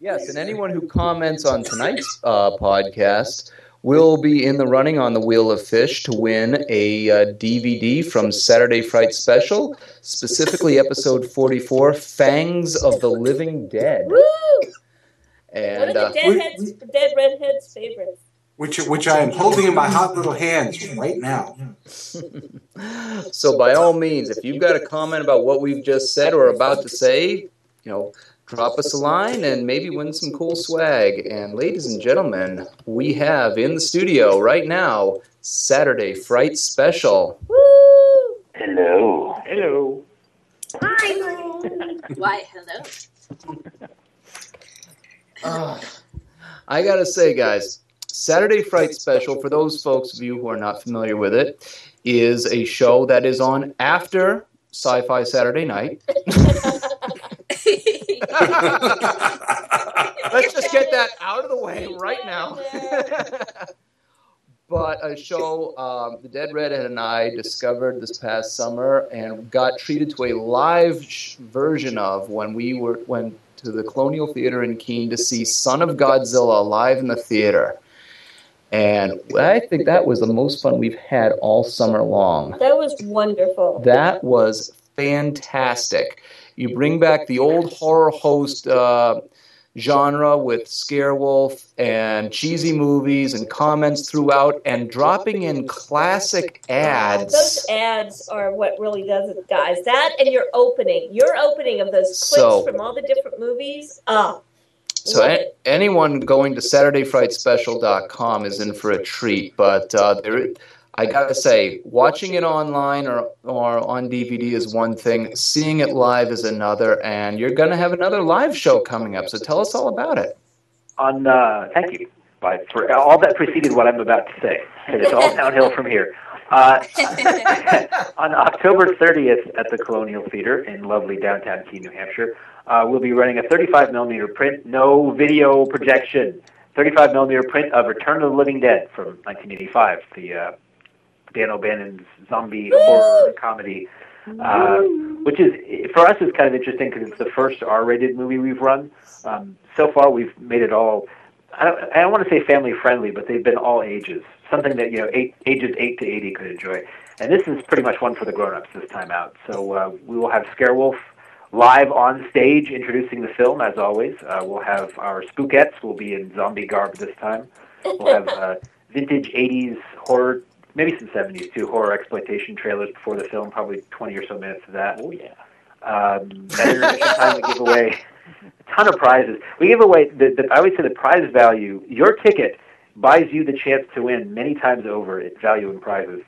Speaker 8: Yes, and anyone who comments on tonight's uh, podcast will be in the running on the Wheel of Fish to win a uh, DVD from Saturday Fright Special, specifically episode 44, Fangs of the Living Dead.
Speaker 9: Woo! One of
Speaker 8: And
Speaker 9: the
Speaker 8: uh,
Speaker 9: deadheads, dead redheads' favorites.
Speaker 6: Which, which I am holding in my hot little hands right now.
Speaker 8: so, by all means, if you've got a comment about what we've just said or about to say, you know, drop us a line and maybe win some cool swag. And, ladies and gentlemen, we have in the studio right now Saturday Fright Special.
Speaker 9: Woo!
Speaker 10: Hello. Hello.
Speaker 7: Why, hello?
Speaker 8: I gotta say, guys, Saturday Fright Special, for those folks of you who are not familiar with it, is a show that is on after Sci Fi Saturday Night. Let's just get that out of the way right now. but a show um, the Dead Redhead and I discovered this past summer and got treated to a live sh- version of when we were went to the Colonial Theater in Keene to see Son of Godzilla live in the theater. And I think that was the most fun we've had all summer long.
Speaker 9: That was wonderful.
Speaker 8: That was fantastic. You bring back the old horror host uh, genre with Scarewolf and cheesy movies and comments throughout, and dropping in classic
Speaker 9: Those
Speaker 8: ads.
Speaker 9: ads are what really does it, guys. That and your opening, your opening of those clips
Speaker 8: So-
Speaker 9: from all the different movies. Oh,
Speaker 8: So eh,
Speaker 9: love
Speaker 8: a-
Speaker 9: it.
Speaker 8: anyone going to SaturdayFrightSpecial.com is in for a treat. But uh, there, I gotta say, watching it online or or on DVD is one thing. Seeing it live is another. And you're gonna have another live show coming up. So tell us all about it.
Speaker 10: On uh, thank you. By for all that preceded what I'm about to say, 'cause it's all downhill from here. Uh, on October 30th at the Colonial Theater in lovely downtown Keene, New Hampshire, uh, we'll be running a 35 millimeter print, no video projection, 35 millimeter print of Return of the Living Dead from 1985, the uh, Dan O'Bannon's zombie horror comedy, uh, which is for us is kind of interesting because it's the first R-rated movie we've run. Um, so far, we've made it all. I don't, I don't want to say family friendly, but they've been all ages. Something that you know, eight, ages eight to eighty could enjoy. And this is pretty much one for the grown-ups this time out. So uh, we will have Scarewolf live on stage introducing the film, as always. Uh, we'll have our spookettes. We'll be in zombie garb this time. We'll have uh, vintage '80s horror, maybe some '70s too, horror exploitation trailers before the film. Probably 20 or so minutes of that. Oh yeah. Um, at intermission time, we give away a ton of prizes. We give away the, the I always say the prize value. Your ticket buys you the chance to win many times over at value and prizes.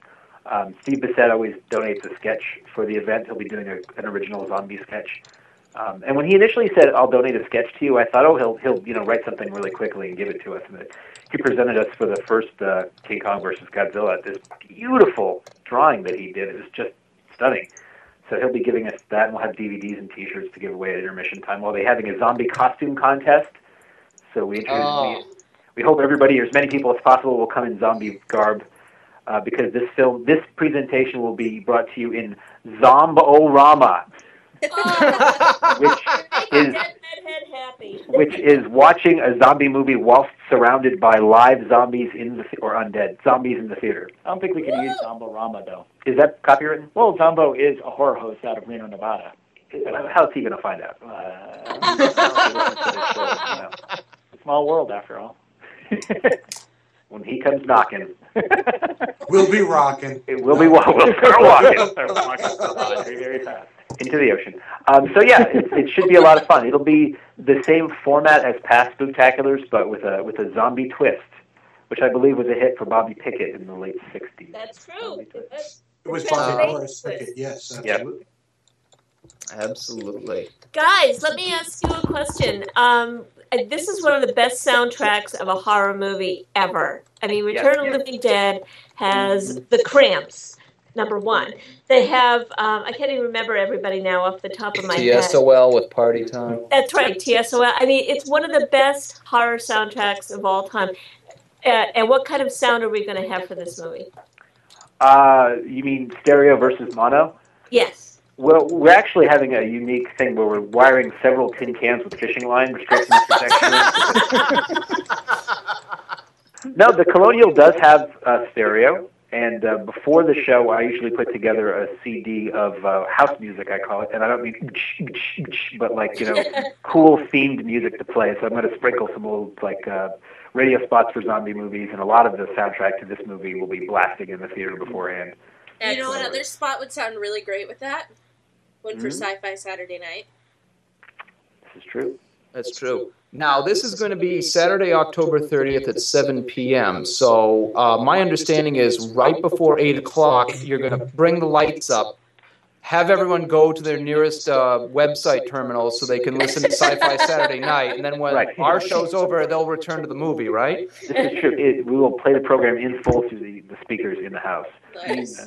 Speaker 10: Um, Steve Bissett always donates a sketch for the event. He'll be doing a, an original zombie sketch. Um, and when he initially said, "I'll donate a sketch to you," I thought, "Oh, he'll he'll you know write something really quickly and give it to us." And he presented us for the first uh, King Kong versus Godzilla this beautiful drawing that he did. It was just stunning. So he'll be giving us that, and we'll have DVDs and T-shirts to give away at intermission time. While they're having a zombie costume contest, so we introduce,
Speaker 8: Oh.
Speaker 10: we, we hope everybody or as many people as possible will come in zombie garb. Uh, because this film, this presentation will be brought to you in Zomborama, which
Speaker 9: Make
Speaker 10: is-
Speaker 9: dead redhead happy.
Speaker 10: which is watching a zombie movie whilst surrounded by live zombies in the or undead zombies in the theater.
Speaker 11: I don't think we can use Zombo Rama though.
Speaker 10: Is that copywritten?
Speaker 11: Well, Zombo is a horror host out of Reno, Nevada.
Speaker 10: How's he gonna find out? Uh,
Speaker 11: Small world after all.
Speaker 10: when he comes knocking,
Speaker 6: We'll be rocking.
Speaker 10: it will be walking. We'll start walking. Start walking. Very, very fast. Into the ocean. Um, so yeah, it, it should be a lot of fun. It'll be the same format as past Spooktaculars, but with a with a zombie twist, which I believe was a hit for Bobby Pickett in the late '60s.
Speaker 9: That's
Speaker 8: Oh
Speaker 9: true. That's-
Speaker 6: It was
Speaker 9: that's
Speaker 6: Bobby
Speaker 9: great.
Speaker 6: Doris. Pickett, Yes,
Speaker 10: Yep.
Speaker 6: absolutely.
Speaker 8: Absolutely.
Speaker 9: Guys, let me ask you a question. Um, uh, this is one of the best soundtracks of a horror movie ever. I mean, Return of the Living Dead has the cramps. number one. They have, um, I can't even remember everybody now off the top of my head.
Speaker 8: TSOL with Party Time.
Speaker 9: That's right, TSOL. I mean, it's one of the best horror soundtracks of all time. Uh, and what kind of sound are we going to have for this movie?
Speaker 10: Uh, you mean stereo versus mono?
Speaker 9: Yes.
Speaker 10: Well, we're actually having a unique thing where we're wiring several tin cans with fishing line, restricting the protection. No, the Colonial does have uh, stereo, and uh, before the show, I usually put together a CD of uh, house music, I call it, and I don't mean but like you know, cool themed music to play. So I'm going to sprinkle some old like uh, radio spots for zombie movies, and a lot of the soundtrack to this movie will be blasting in the theater beforehand.
Speaker 7: You know what other spot would sound really great with that? One for
Speaker 10: Mhm.
Speaker 7: Sci-Fi Saturday Night.
Speaker 10: This is true.
Speaker 8: That's true. Now, this is going to be Saturday, October 30th at 7 p.m. So, uh, my understanding is right before 8 o'clock, you're going to bring the lights up, have everyone go to their nearest uh, website terminal so they can listen to Sci Fi Saturday Night. And then when
Speaker 10: Right.
Speaker 8: our show's over, they'll return to the movie, right?
Speaker 10: This is true. It, we will play the program in full through the, the speakers in the house.
Speaker 7: Nice.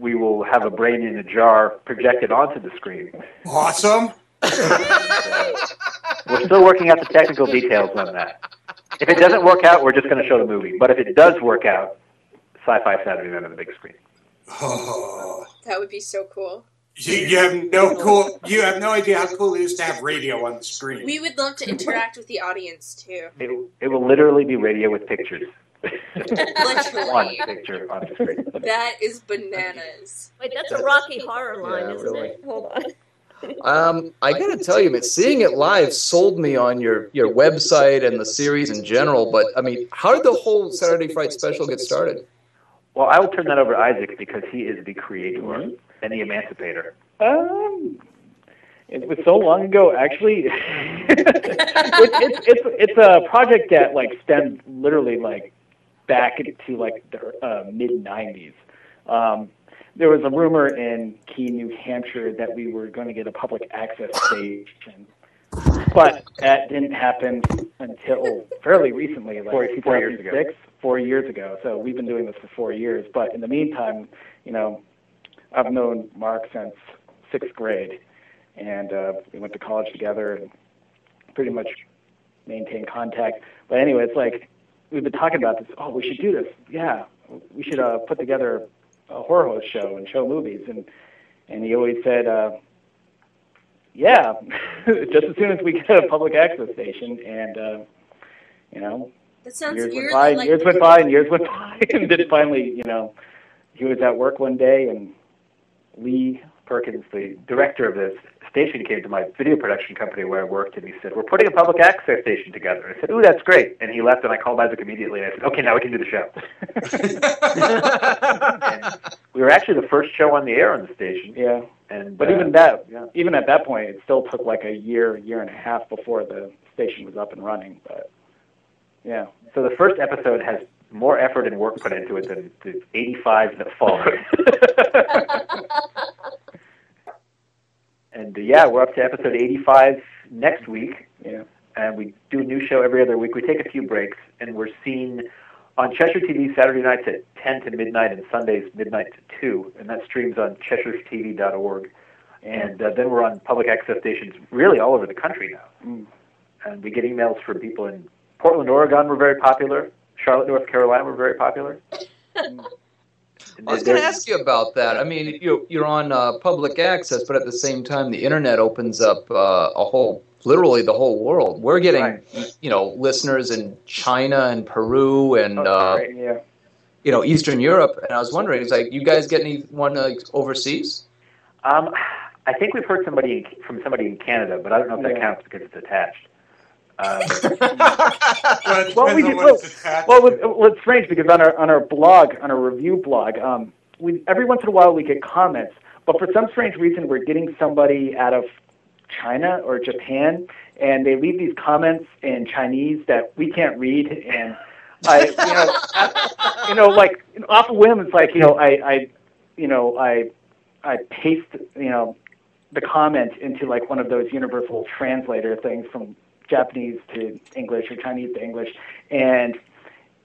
Speaker 10: We will have a brain in a jar projected onto the screen.
Speaker 6: Awesome.
Speaker 10: We're still working out the technical details on that. If it doesn't work out, we're just going to show the movie. But if it does work out, Sci-Fi Saturday Night on the big screen.
Speaker 6: Oh,
Speaker 7: That would be so cool.
Speaker 6: you, you have no cool. You have no idea how cool it is to have radio on the screen.
Speaker 7: We would love to interact with the audience too.
Speaker 10: It, it will literally be radio with pictures. One
Speaker 7: Literally.
Speaker 10: picture on the screen.
Speaker 7: That is bananas.
Speaker 9: Wait, that's a Rocky Horror line,
Speaker 8: Yeah,
Speaker 9: isn't
Speaker 8: really.
Speaker 9: it? Hold on.
Speaker 8: Um, I got to tell you, man, seeing it live sold me on your, your website and the series in general. But, I mean, how did the whole Saturday Fright special get started?
Speaker 10: Well, I will turn that over to Isaac because he is the creator and the emancipator.
Speaker 11: Mm-hmm. Um, it was so long ago, actually. it, it's it's it's a project that like stemmed literally like back to like the uh, mid '90s. Um, there was a rumor in Key, New Hampshire, that we were going to get a public access station, but that didn't happen until fairly recently, like
Speaker 10: Four- four years ago.
Speaker 11: 2006, four years ago. So we've been doing this for four years, but in the meantime, you know, I've known Mark since sixth grade, and uh, we went to college together and pretty much maintained contact. But anyway, it's like we've been talking about this. Oh, we should do this. Yeah, we should uh, put together a horror host show and show movies. And and he always said, uh, yeah, just as soon as we get a public access station. And uh, you know,
Speaker 7: That sounds
Speaker 11: years went
Speaker 7: eerily
Speaker 11: by, and
Speaker 7: like
Speaker 11: years went by, and years went by, and then finally, you know, he was at work one day, and Lee
Speaker 10: Perkins, the director of this station, came to my video production company where I worked, and he said, "We're putting a public access station together." I said, "Ooh, that's great!" And he left, and I called Isaac immediately, and I said, "Okay, now we can do the show." we were actually the first show on the air on the station,
Speaker 11: Yeah,
Speaker 10: and
Speaker 11: but
Speaker 10: uh,
Speaker 11: even that,
Speaker 10: yeah.
Speaker 11: even at that point, it still took like a year, year and a half before the station was up and running. But yeah,
Speaker 10: So the first episode has more effort and work put into it than the 85 that followed. and uh, yeah, we're up to episode 85 next week,
Speaker 11: yeah,
Speaker 10: and we do a new show every other week. We take a few breaks, and we're seen on Cheshire TV Saturday nights at 10 to midnight and Sundays midnight to 2, and that streams on CheshireTV.org. And uh, then we're on public access stations really all over the country now
Speaker 11: Mm.
Speaker 10: and we get emails from people in Portland, Oregon. We're very popular. Charlotte, North Carolina. We're very popular.
Speaker 8: I was going to ask you about that. I mean, you're, you're on uh, public access, but at the same time, the internet opens up uh, a whole, literally the whole world. We're getting, you know, listeners in China and Peru and, uh,
Speaker 11: Right, yeah.
Speaker 8: you know, Eastern Europe. And I was wondering, is like, you guys get anyone like, overseas?
Speaker 10: Um, I think we've heard somebody in, from somebody in Canada, but I don't know if that
Speaker 11: Yeah.
Speaker 10: counts because it's attached. Um,
Speaker 6: Well, it
Speaker 11: Well, we
Speaker 6: depends on
Speaker 11: did-
Speaker 6: what it's attached
Speaker 11: Well, it,
Speaker 6: to.
Speaker 11: well, it's strange because on our on our blog, on our review blog, um, we every once in a while we get comments, but for some strange reason we're getting somebody out of China or Japan, and they leave these comments in Chinese that we can't read, and I, you know, I- you know, like off a whim, it's like you know, I, I, you know, I, I paste, you know, the comment into like one of those universal translator things from Japanese to English or Chinese to English, and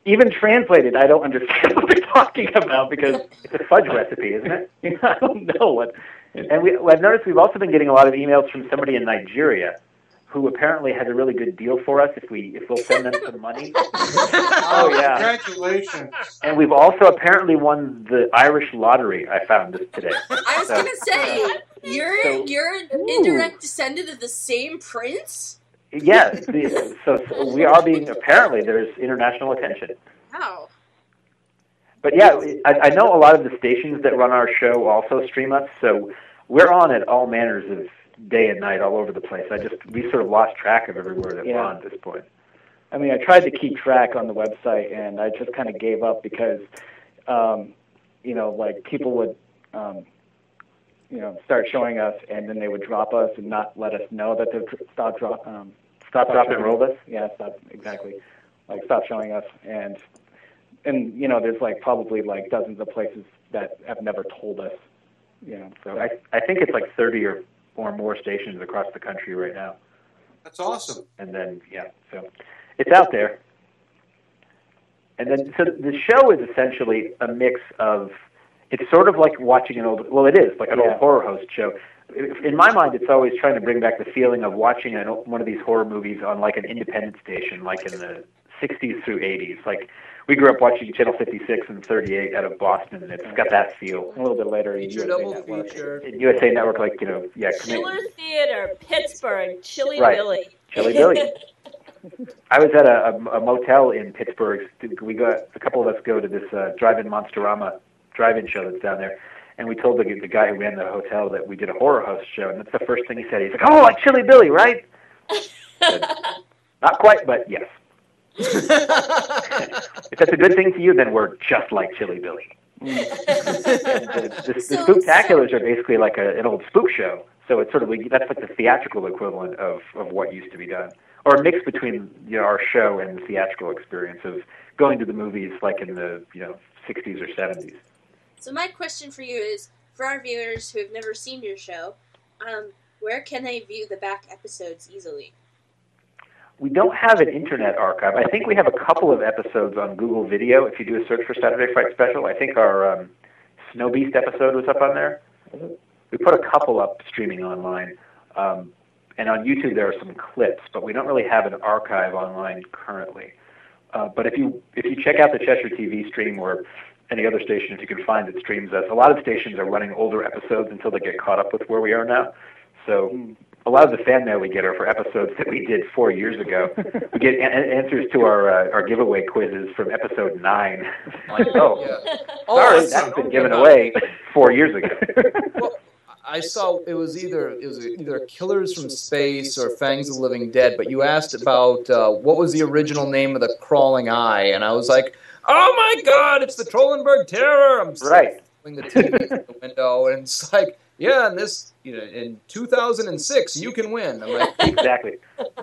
Speaker 10: even translated, I don't understand what they're talking about because it's a fudge recipe, isn't it? You know, I don't know what. And we, I've noticed we've also been getting a lot of emails from somebody in Nigeria who apparently has a really good deal for us if we if we'll send them some money.
Speaker 6: Oh,
Speaker 10: yeah.
Speaker 6: Congratulations.
Speaker 10: And we've also apparently won the Irish lottery. I found this today.
Speaker 12: I was
Speaker 10: So-
Speaker 12: gonna say you're
Speaker 10: So-
Speaker 12: you're an
Speaker 10: Ooh.
Speaker 12: indirect descendant of the same prince.
Speaker 10: Yes, the- so, so we are being apparently there's international attention.
Speaker 7: Wow.
Speaker 10: But yeah, I, I know a lot of the stations that run our show also stream us, so we're on at all manners of day and night all over the place. I just we sort of lost track of everywhere that we're
Speaker 11: Yeah.
Speaker 10: on at this point.
Speaker 11: I mean, I tried to keep track on the website, and I just kind of gave up because, um, you know, like people would, um, you know, start showing us, and then they would drop us and not let us know that they've dr- stopped drop, um,
Speaker 10: Stop, drop, and
Speaker 11: showing-
Speaker 10: roll this?
Speaker 11: Yeah, stop exactly. Like stop showing us, and and you know, there's like probably like dozens of places that have never told us. You know, so
Speaker 10: I I think it's like 30 or or more stations across the country right now,
Speaker 6: That's awesome.
Speaker 10: and then yeah, so it's out there. And then so the show is essentially a mix of it's sort of like watching an old well it is like an
Speaker 11: Yeah.
Speaker 10: old horror host show. In my mind, it's always trying to bring back the feeling of watching an, one of these horror movies on like an independent station, like in the 60s through 80s. Like we grew up watching Channel 56 and 38 out of Boston, and it's got that feel.
Speaker 11: a little bit later, in USA
Speaker 8: double
Speaker 11: Network.
Speaker 8: feature.
Speaker 10: In USA Network, like you know, yeah,
Speaker 9: Schiller Theater, Pittsburgh, Chili
Speaker 10: Right.
Speaker 9: Billy.
Speaker 10: Chili Billy. I was at a, a, a motel in Pittsburgh. We got a couple of us go to this uh, drive-in Monsterama drive-in show that's down there, and we told the, the guy who ran the hotel that we did a horror host show, and that's the first thing he said. He's like, "Oh, like Chili Billy, right?" Not quite, but yes. if that's a good thing to you, then we're just like Chili Billy. The, the, the
Speaker 12: So-
Speaker 10: spooktaculars are basically like a, an old spook show, so it's sort of like, that's like the theatrical equivalent of of what used to be done, or a mix between you know, our show and the theatrical experience of going to the movies, like in the you know 60s or 70s.
Speaker 12: So my question for you is, for our viewers who have never seen your show, um, where can they view the back episodes easily?
Speaker 10: We don't have an internet archive. I think we have a couple of episodes on Google Video. If you do a search for Saturday Fright Special, I think our um, Snow Beast episode was up on there. We put a couple up streaming online. Um, and on YouTube, there are some clips, but we don't really have an archive online currently. Uh, but if you if you check out the Cheshire TV stream or any other station, if you can find that streams us, a lot of stations are running older episodes until they get caught up with where we are now. So a lot of the fan mail we get are for episodes that we did four years ago. we get a- a- answers to our uh, our giveaway quizzes from episode nine. like, oh, sorry, that's been given away four years ago.
Speaker 8: I saw it was either it was either Killers from Space or Fangs of the Living Dead, but you asked about uh, what was the original name of the crawling eye, and I was like, "Oh my God, it's the Trollenberg Terror!" I'm still
Speaker 10: Right.
Speaker 8: pulling the TV out the window, and it's like, "Yeah, and this, you know, in 2006, you can win." I'm like,
Speaker 10: exactly.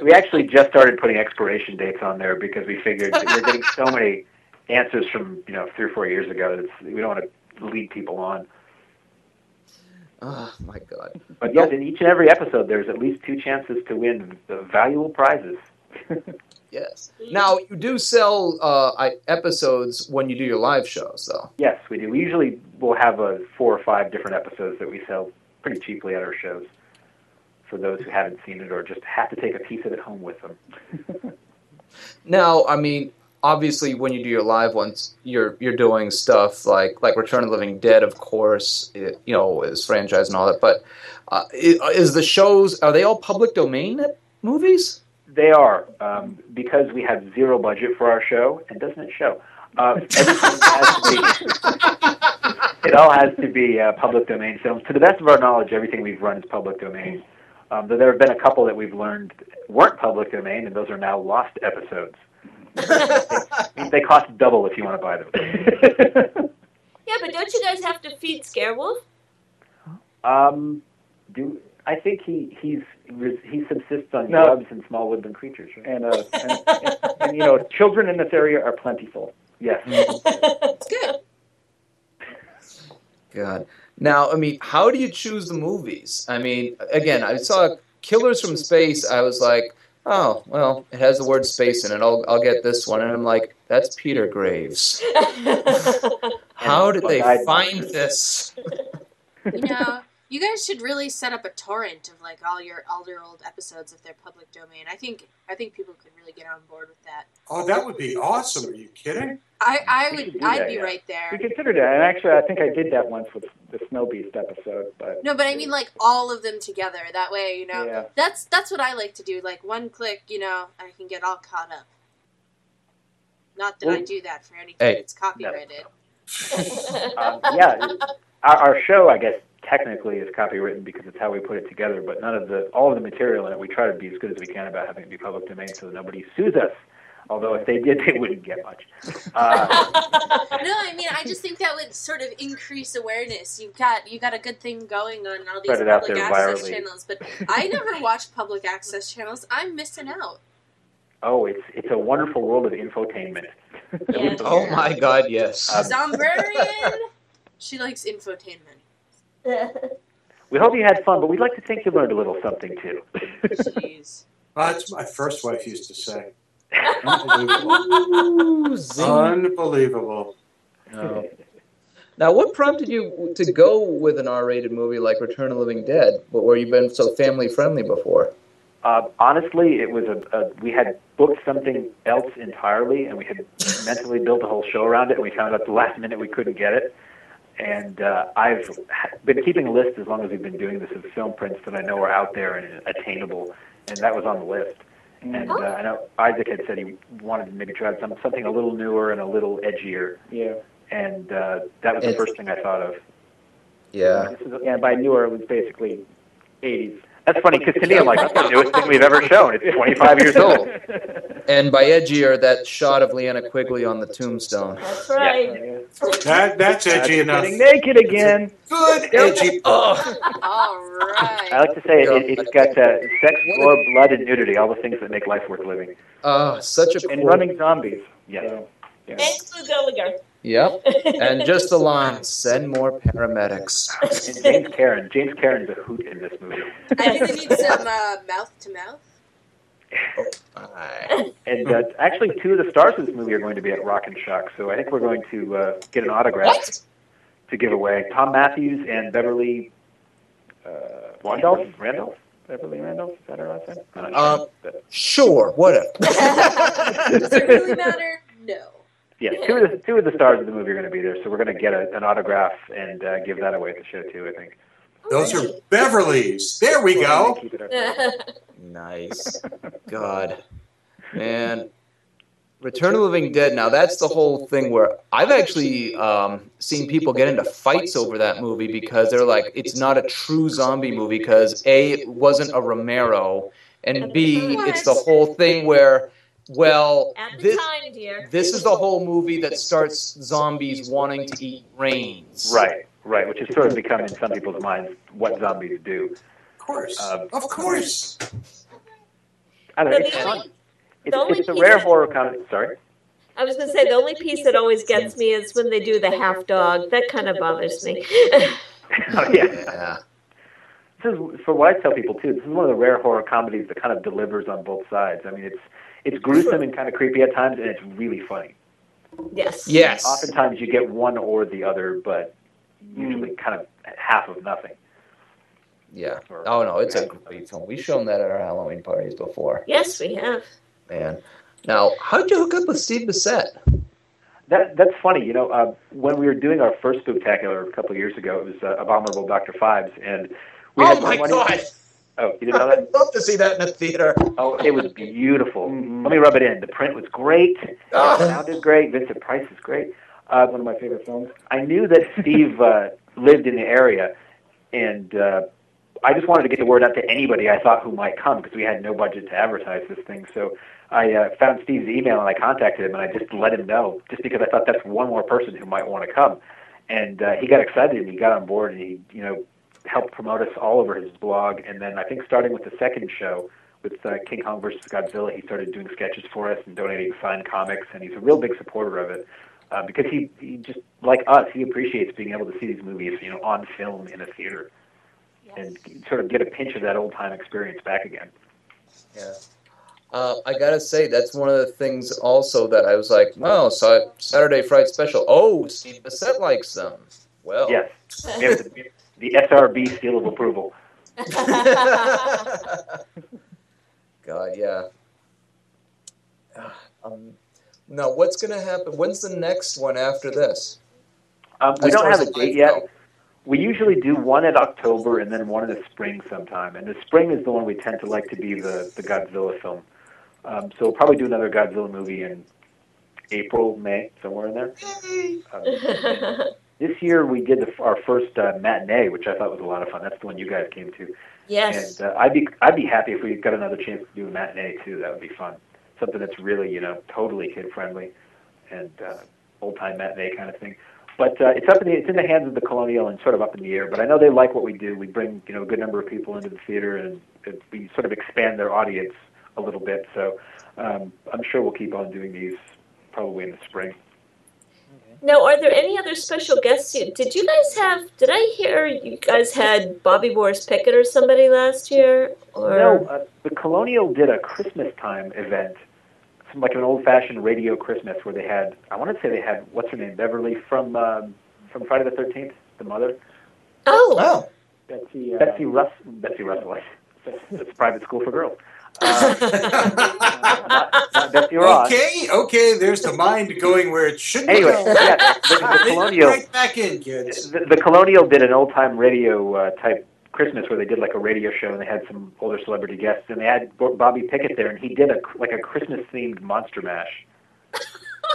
Speaker 10: We actually just started putting expiration dates on there because we figured that we we're getting so many answers from you know three or four years ago. that It's, we don't want to lead people on.
Speaker 8: "Oh my God!"
Speaker 10: But yes, in each and every episode, there's at least two chances to win the valuable prizes.
Speaker 8: Yes. Now you do sell uh, I, episodes when you do your live shows, though.
Speaker 10: Yes, we do. We usually will have uh four or five different episodes that we sell pretty cheaply at our shows for those who haven't seen it or just have to take a piece of it home with them.
Speaker 8: Now, I mean, obviously, when you do your live ones, you're you're doing stuff like like Return of the Living Dead, of course, it, you know, is franchise and all that. But uh, i- is the shows are they all public domain movies?
Speaker 10: They are um, because we have zero budget for our show, and doesn't it show? Uh, everything has to be, it all has to be uh, public domain films. To the best of our knowledge, everything we've run is public domain. Um, though there have been a couple that we've learned weren't public domain, and those are now lost episodes. they, they cost double if you want to buy them.
Speaker 9: Yeah, but don't you guys have to feed Scarewolf?
Speaker 10: um, do I think he he's he subsists on
Speaker 11: No.
Speaker 10: grubs and small woodland creatures? Right?
Speaker 11: and, uh, and, and you know, children in this area are plentiful.
Speaker 10: Yes.
Speaker 12: It's good.
Speaker 8: God. Now, I mean, how do you choose the movies? I mean, again, I saw Killers from Space. I was like, oh, well, it has the word space in it. I'll, I'll get this one. And I'm like, That's Peter Graves. How did they find this?
Speaker 7: You know, you guys should really set up a torrent of like all your all your old episodes if they're public domain. I think I think people could really get on board with that.
Speaker 6: Oh, that would be awesome. Are you kidding?
Speaker 7: I I
Speaker 10: We should
Speaker 7: would
Speaker 10: do
Speaker 7: I'd
Speaker 10: that,
Speaker 7: be
Speaker 10: yeah.
Speaker 7: right there.
Speaker 10: We considered it, and actually, I think I did that once with the Snow Beast episode. But
Speaker 7: No, but I mean like all of them together. That way, you know,
Speaker 10: Yeah.
Speaker 7: that's that's what I like to do. Like one click, you know, I can get all caught up. Not that I
Speaker 10: Well-
Speaker 7: do that for anything
Speaker 10: Hey.
Speaker 7: that's copyrighted.
Speaker 10: um, yeah, our, our show, I guess, technically is copywritten because it's how we put it together. But none of the all of the material in it, we try to be as good as we can about having it be public domain, so that nobody sues us. Although if they did, they wouldn't get much. Uh,
Speaker 7: no, I mean, I just think that would sort of increase awareness. You've got you got a good thing going on all these
Speaker 10: Spread it out
Speaker 7: public
Speaker 10: there
Speaker 7: access
Speaker 10: virally.
Speaker 7: channels, but I never watch public access channels. I'm missing out.
Speaker 10: oh, it's it's a wonderful world of infotainment.
Speaker 8: Oh my God, yes.
Speaker 10: Uh,
Speaker 7: Zombrarian, she likes infotainment.
Speaker 10: we hope you had fun, but we'd like to think you learned a little something too.
Speaker 7: Jeez.
Speaker 6: That's what my first wife used to say. Unbelievable. Unbelievable.
Speaker 10: Oh.
Speaker 8: No. Now, what prompted you to go with an R-rated movie like Return of the Living Dead, but where you've been so family friendly before?
Speaker 10: Uh, honestly, it was a, a we had booked something else entirely, and we had mentally built a whole show around it, and we found out the last minute we couldn't get it. And uh, I've ha- been keeping a list as long as we've been doing this of film prints that I know are out there and attainable, and that was on the list. And uh, I know Isaac had said he wanted to maybe try some, something a little newer and a little edgier,
Speaker 11: Yeah.
Speaker 10: and uh, that was the
Speaker 8: It's-
Speaker 10: first thing I thought of.
Speaker 8: Yeah.
Speaker 10: This is, yeah, by newer, it was basically 80s. That's funny because to me, I'm like, that's the newest thing we've ever shown. It's 25 years old.
Speaker 8: And by edgier, that shot of Leanna Quigley on the tombstone.
Speaker 9: That's right.
Speaker 6: That, that's edgy enough.
Speaker 10: Getting naked again.
Speaker 6: Good edgy.
Speaker 10: I like to say it, it, it's got uh, sex, gore, blood, and nudity, all the things that make life worth living.
Speaker 8: Uh, such a
Speaker 10: And
Speaker 8: cool-
Speaker 10: running zombies. Yes.
Speaker 9: And Clue Gulliger.
Speaker 8: Yep. And just the line, send more paramedics.
Speaker 10: And James Karen. James Karen's a hoot in this movie.
Speaker 7: I'm gonna need some uh, mouth to mouth.
Speaker 10: And uh, actually, two of the stars of this movie are going to be at Rock and Shock, so I think we're going to uh, get an autograph to give away. Tom Matthews and Beverly uh, Randolph. Randolph. Beverly Randolph. Is that her last name? I'm
Speaker 8: Um,
Speaker 10: not sure, but-
Speaker 8: sure, whatever.
Speaker 7: Does it really matter? No.
Speaker 10: yeah, two of the two of the stars of the movie are going to be there, so we're going to get a, an autograph and uh, give that away at the show too. I think.
Speaker 6: Those are Beverly's. There we go.
Speaker 8: Nice. God. Man. Return of the Living Dead. Now, that's the whole thing where I've actually um, seen people get into fights over that movie because they're like, it's not a true zombie movie because A, it wasn't a Romero, and B, it's the whole thing where, well,
Speaker 9: At the
Speaker 8: this,
Speaker 9: time, dear.
Speaker 8: this is the whole movie that starts zombies wanting to eat brains.
Speaker 10: Right, right, which has sort of become in some people's minds what zombies do.
Speaker 6: Of course.
Speaker 10: Uh,
Speaker 6: Of course.
Speaker 10: I don't know. It's,
Speaker 9: The
Speaker 10: fun.
Speaker 9: only-
Speaker 10: it's,
Speaker 9: the only
Speaker 10: it's a
Speaker 9: piece
Speaker 10: rare
Speaker 9: that-
Speaker 10: horror comedy. Sorry.
Speaker 9: I was going to say the only piece that always gets me is when they do the half dog. That kind of bothers me.
Speaker 10: oh yeah. This is for what I tell people too. This is one of the rare horror comedies that kind of delivers on both sides. I mean, it's it's gruesome and kind of creepy at times, and it's really funny.
Speaker 9: yes.
Speaker 8: Yes.
Speaker 10: Oftentimes, you get one or the other, but
Speaker 9: Mm.
Speaker 10: usually kind of half of nothing.
Speaker 8: Yeah. Oh, no, it's a great film. We've shown that at our Halloween parties before.
Speaker 9: Yes, we have.
Speaker 8: Man. Now, how did you hook up with Steve Bissett?
Speaker 10: That that's funny. You know, uh, when we were doing our first spectacular a couple of years ago, it was uh, Abominable Dr. Fives, and we
Speaker 8: oh
Speaker 10: had
Speaker 8: my
Speaker 10: 20
Speaker 8: god!
Speaker 10: Oh, you didn't know that?
Speaker 8: I'd love to see that in a theater.
Speaker 10: Oh, it was beautiful. Let me rub it in. The print was great.
Speaker 8: Ah.
Speaker 10: It sounded great. Vincent Price is great. Uh, one of my favorite films. I knew that Steve uh, lived in the area, and uh, I just wanted to get the word out to anybody I thought who might come because we had no budget to advertise this thing. So I uh, found Steve's email and I contacted him and I just let him know just because I thought that's one more person who might want to come. And uh, he got excited and he got on board and he, you know, helped promote us all over his blog. And then I think starting with the second show with uh, King Kong versus Godzilla, he started doing sketches for us and donating signed comics. And he's a real big supporter of it uh, because he, he just like us, he appreciates being able to see these movies, you know, on film in a theater and sort of get a pinch of that old time experience back again.
Speaker 8: Yeah. Uh, I gotta say, that's one of the things also that I was like, wow, so Saturday Fright Special. Oh, Steve Bissett likes them. Well,
Speaker 10: Yes. There's the, the SRB seal of approval.
Speaker 8: God, yeah. Ah, Um, now, what's gonna happen? When's the next one after this?
Speaker 10: Um, we
Speaker 8: As
Speaker 10: don't
Speaker 8: far as
Speaker 10: have a
Speaker 8: the
Speaker 10: date
Speaker 8: live
Speaker 10: yet. We usually do one in October and then one in the spring sometime. And the spring is the one we tend to like to be the, the Godzilla film. Um, so we'll probably do another Godzilla movie in April, May, somewhere in there. Um, this year we did the, our first uh, matinee, which I thought was a lot of fun. That's the one you guys came to.
Speaker 9: Yes.
Speaker 10: And uh, I'd be I'd be happy if we got another chance to do a matinee too. That would be fun. Something that's really you know totally kid friendly, and uh, old time matinee kind of thing. But uh, it's up in the, it's in the hands of the Colonial and sort of up in the air. But I know they like what we do. We bring you know a good number of people into the theater and it, we sort of expand their audience a little bit. So um, I'm sure we'll keep on doing these probably in the spring.
Speaker 9: Now, are there any other special guests? You, did you guys have? Did I hear you guys had Bobby Morris Pickett or somebody last year? Or
Speaker 10: No, uh, the Colonial did a Christmas time event, some, like an old-fashioned radio Christmas, where they had I want to say they had what's her name Beverly from um, from Friday the Thirteenth, the mother
Speaker 9: Oh.
Speaker 11: Betsy. Uh,
Speaker 10: Betsy Russ Betsy Russell. It's private school for girls. Oh. Uh, not, not Betsy Ross.
Speaker 6: Okay, okay, there's the mind going where it shouldn't
Speaker 10: Anyway,
Speaker 6: go.
Speaker 10: yeah, the, the Colonial.
Speaker 6: Right back in, kids.
Speaker 10: the, the Colonial did an old time radio uh, type Christmas where they did like a radio show and they had some older celebrity guests and they had Bo- Bobby Pickett there and he did a like a Christmas themed Monster Mash.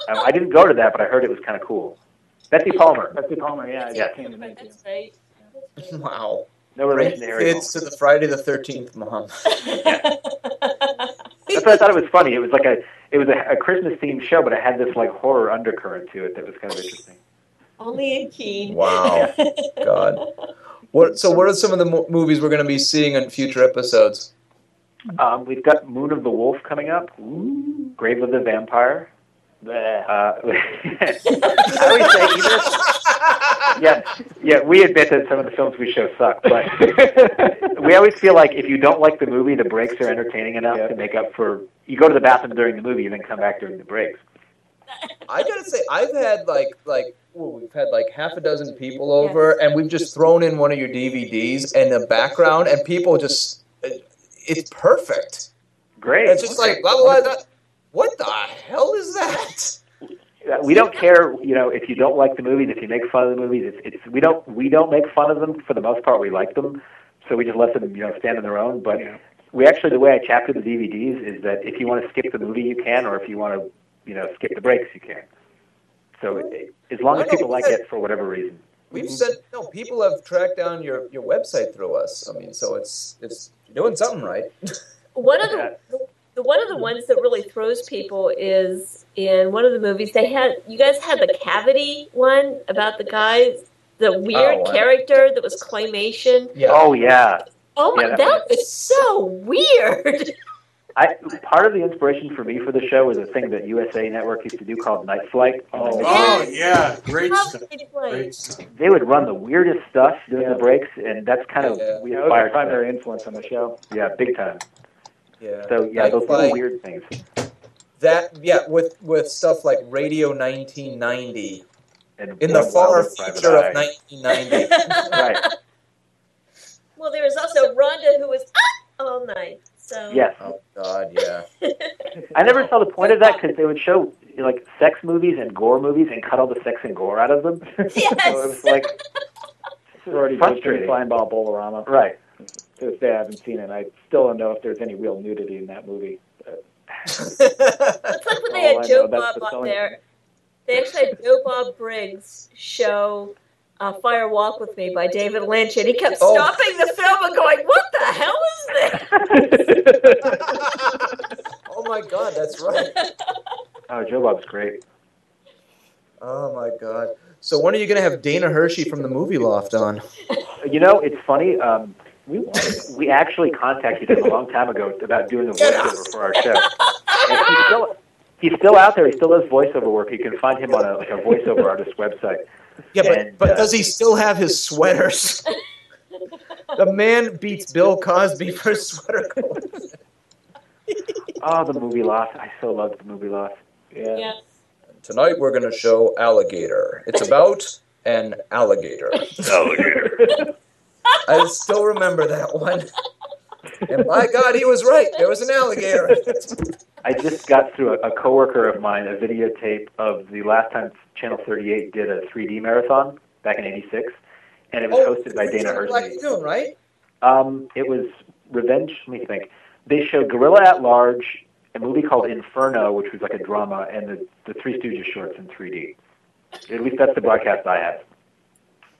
Speaker 10: um, I didn't go to that, but I heard it was kind of cool. Betsy Palmer,
Speaker 11: Betsy Palmer. Yeah, I
Speaker 10: Yeah.
Speaker 11: came to meet you.
Speaker 9: right.
Speaker 8: Wow.
Speaker 10: no relation to Harry.
Speaker 8: Kids to the Friday the 13th, Mom.
Speaker 10: That's why I thought it was funny. It was like a it was a, a Christmas themed show, but it had this like horror undercurrent to it that was kind of interesting.
Speaker 9: Only in Keene.
Speaker 8: Wow. God. What? So, what are some of the mo- movies we're going to be seeing in future episodes?
Speaker 10: Um, we've got Moon of the Wolf coming up, Grave of the Vampire.
Speaker 11: Bleh.
Speaker 10: Uh, I always say either. Yeah, yeah. We admit that some of the films we show suck, but we always feel like if you don't like the movie, the breaks are entertaining enough to make up for. You go to the bathroom during the movie, and then come back during the breaks.
Speaker 8: I gotta say, I've had like like well, we've had like half a dozen people over, and we've just thrown in one of your DVDs in the background, and people just it- it's perfect.
Speaker 10: Great.
Speaker 8: It's just like blah blah. blah, blah. What the hell is that?
Speaker 10: Uh, we don't care, you know, if you don't like the movies, if you make fun of the movies. It's, it's we don't we don't make fun of them for the most part. We like them, so we just let them, you know, stand on their own. But we actually the way I chapter the DVDs is that if you want to skip the movie, you can, or if you want to, you know, skip the breaks, you can. So it, as long as people like it for whatever reason.
Speaker 8: We've sent no people have tracked down your your website through us. I mean, so it's it's you're doing something right.
Speaker 9: One of the, the one of the ones that really throws people is in one of the movies they had you guys had the cavity one about the guy the weird
Speaker 8: Oh, I-
Speaker 9: character that was claymation.
Speaker 8: Yeah.
Speaker 10: Oh yeah.
Speaker 9: Oh my
Speaker 10: Yeah, that
Speaker 9: that was so weird.
Speaker 10: I, part of the inspiration for me for the show was a thing that USA Network used to do called Night Flight.
Speaker 6: Oh, yeah, great
Speaker 9: How
Speaker 6: stuff.
Speaker 9: did it play?
Speaker 6: Great stuff.
Speaker 10: They would run the weirdest stuff during the breaks, and that's kind of
Speaker 8: Yeah.
Speaker 10: we
Speaker 11: Yeah, that was
Speaker 10: inspired.
Speaker 11: the primary influence on the show.
Speaker 10: Yeah, big time.
Speaker 8: Yeah.
Speaker 10: So yeah,
Speaker 8: Like,
Speaker 10: those little
Speaker 8: like,
Speaker 10: weird things.
Speaker 8: that yeah with with stuff like Radio 1990
Speaker 10: And
Speaker 8: in the
Speaker 10: Wild
Speaker 8: far
Speaker 10: Wild Private
Speaker 8: future of
Speaker 10: Eye.
Speaker 8: 1990.
Speaker 10: Right.
Speaker 9: well, there was also Rhonda who was up all night. So
Speaker 10: Yes.
Speaker 8: oh God, yeah.
Speaker 10: I never saw the point of that because they would show like sex movies and gore movies and cut all the sex and gore out of them. So it
Speaker 9: yes.
Speaker 10: was like
Speaker 11: Sorority
Speaker 10: Frustrating.
Speaker 11: Flying Ball Bolorama.
Speaker 10: right.
Speaker 11: To this day, I haven't seen it. I still don't know if there's any real nudity in that movie.
Speaker 9: It's like when they
Speaker 11: Oh, I
Speaker 9: had
Speaker 11: know,
Speaker 9: Joe
Speaker 11: that's
Speaker 9: Bob
Speaker 11: the
Speaker 9: on
Speaker 11: song.
Speaker 9: there. They actually had Joe Bob Briggs show uh, Fire Walk with Me by David Lynch, and he kept
Speaker 8: Oh.
Speaker 9: stopping the film and going, What the hell is this?
Speaker 8: oh my God, that's right.
Speaker 10: Oh, Joe Bob's great.
Speaker 8: Oh my God. So when are you gonna have Dana Hershey from the Movie Loft on?
Speaker 10: You know, it's funny. Um, we we actually contacted him a long time ago about doing a voiceover for our show. And he's still he's still out there. He still does voiceover work. You can find him on a, like a voiceover artist website.
Speaker 8: Yeah,
Speaker 10: And,
Speaker 8: but,
Speaker 10: uh,
Speaker 8: but does he still have his sweaters? the man beats Bill Cosby for sweater coats.
Speaker 10: Oh, the movie Lost. I so loved the movie Lost.
Speaker 11: Yeah.
Speaker 8: Tonight we're going to show alligator. It's about an alligator.
Speaker 10: Alligator.
Speaker 8: I still remember that one. And by God, he was right. There was an alligator.
Speaker 10: I just got through a, a coworker of mine a videotape of the last time Channel 38 did a 3D marathon back in '86, and it was
Speaker 8: Oh,
Speaker 10: hosted by Dana
Speaker 8: Black
Speaker 10: Hershey.
Speaker 8: Lagoon, right?
Speaker 10: Um, it was Revenge. Let me think. They showed Gorilla at Large, a movie called Inferno, which was like a drama, and the the Three Stooges shorts in 3D. At least that's the broadcast I have.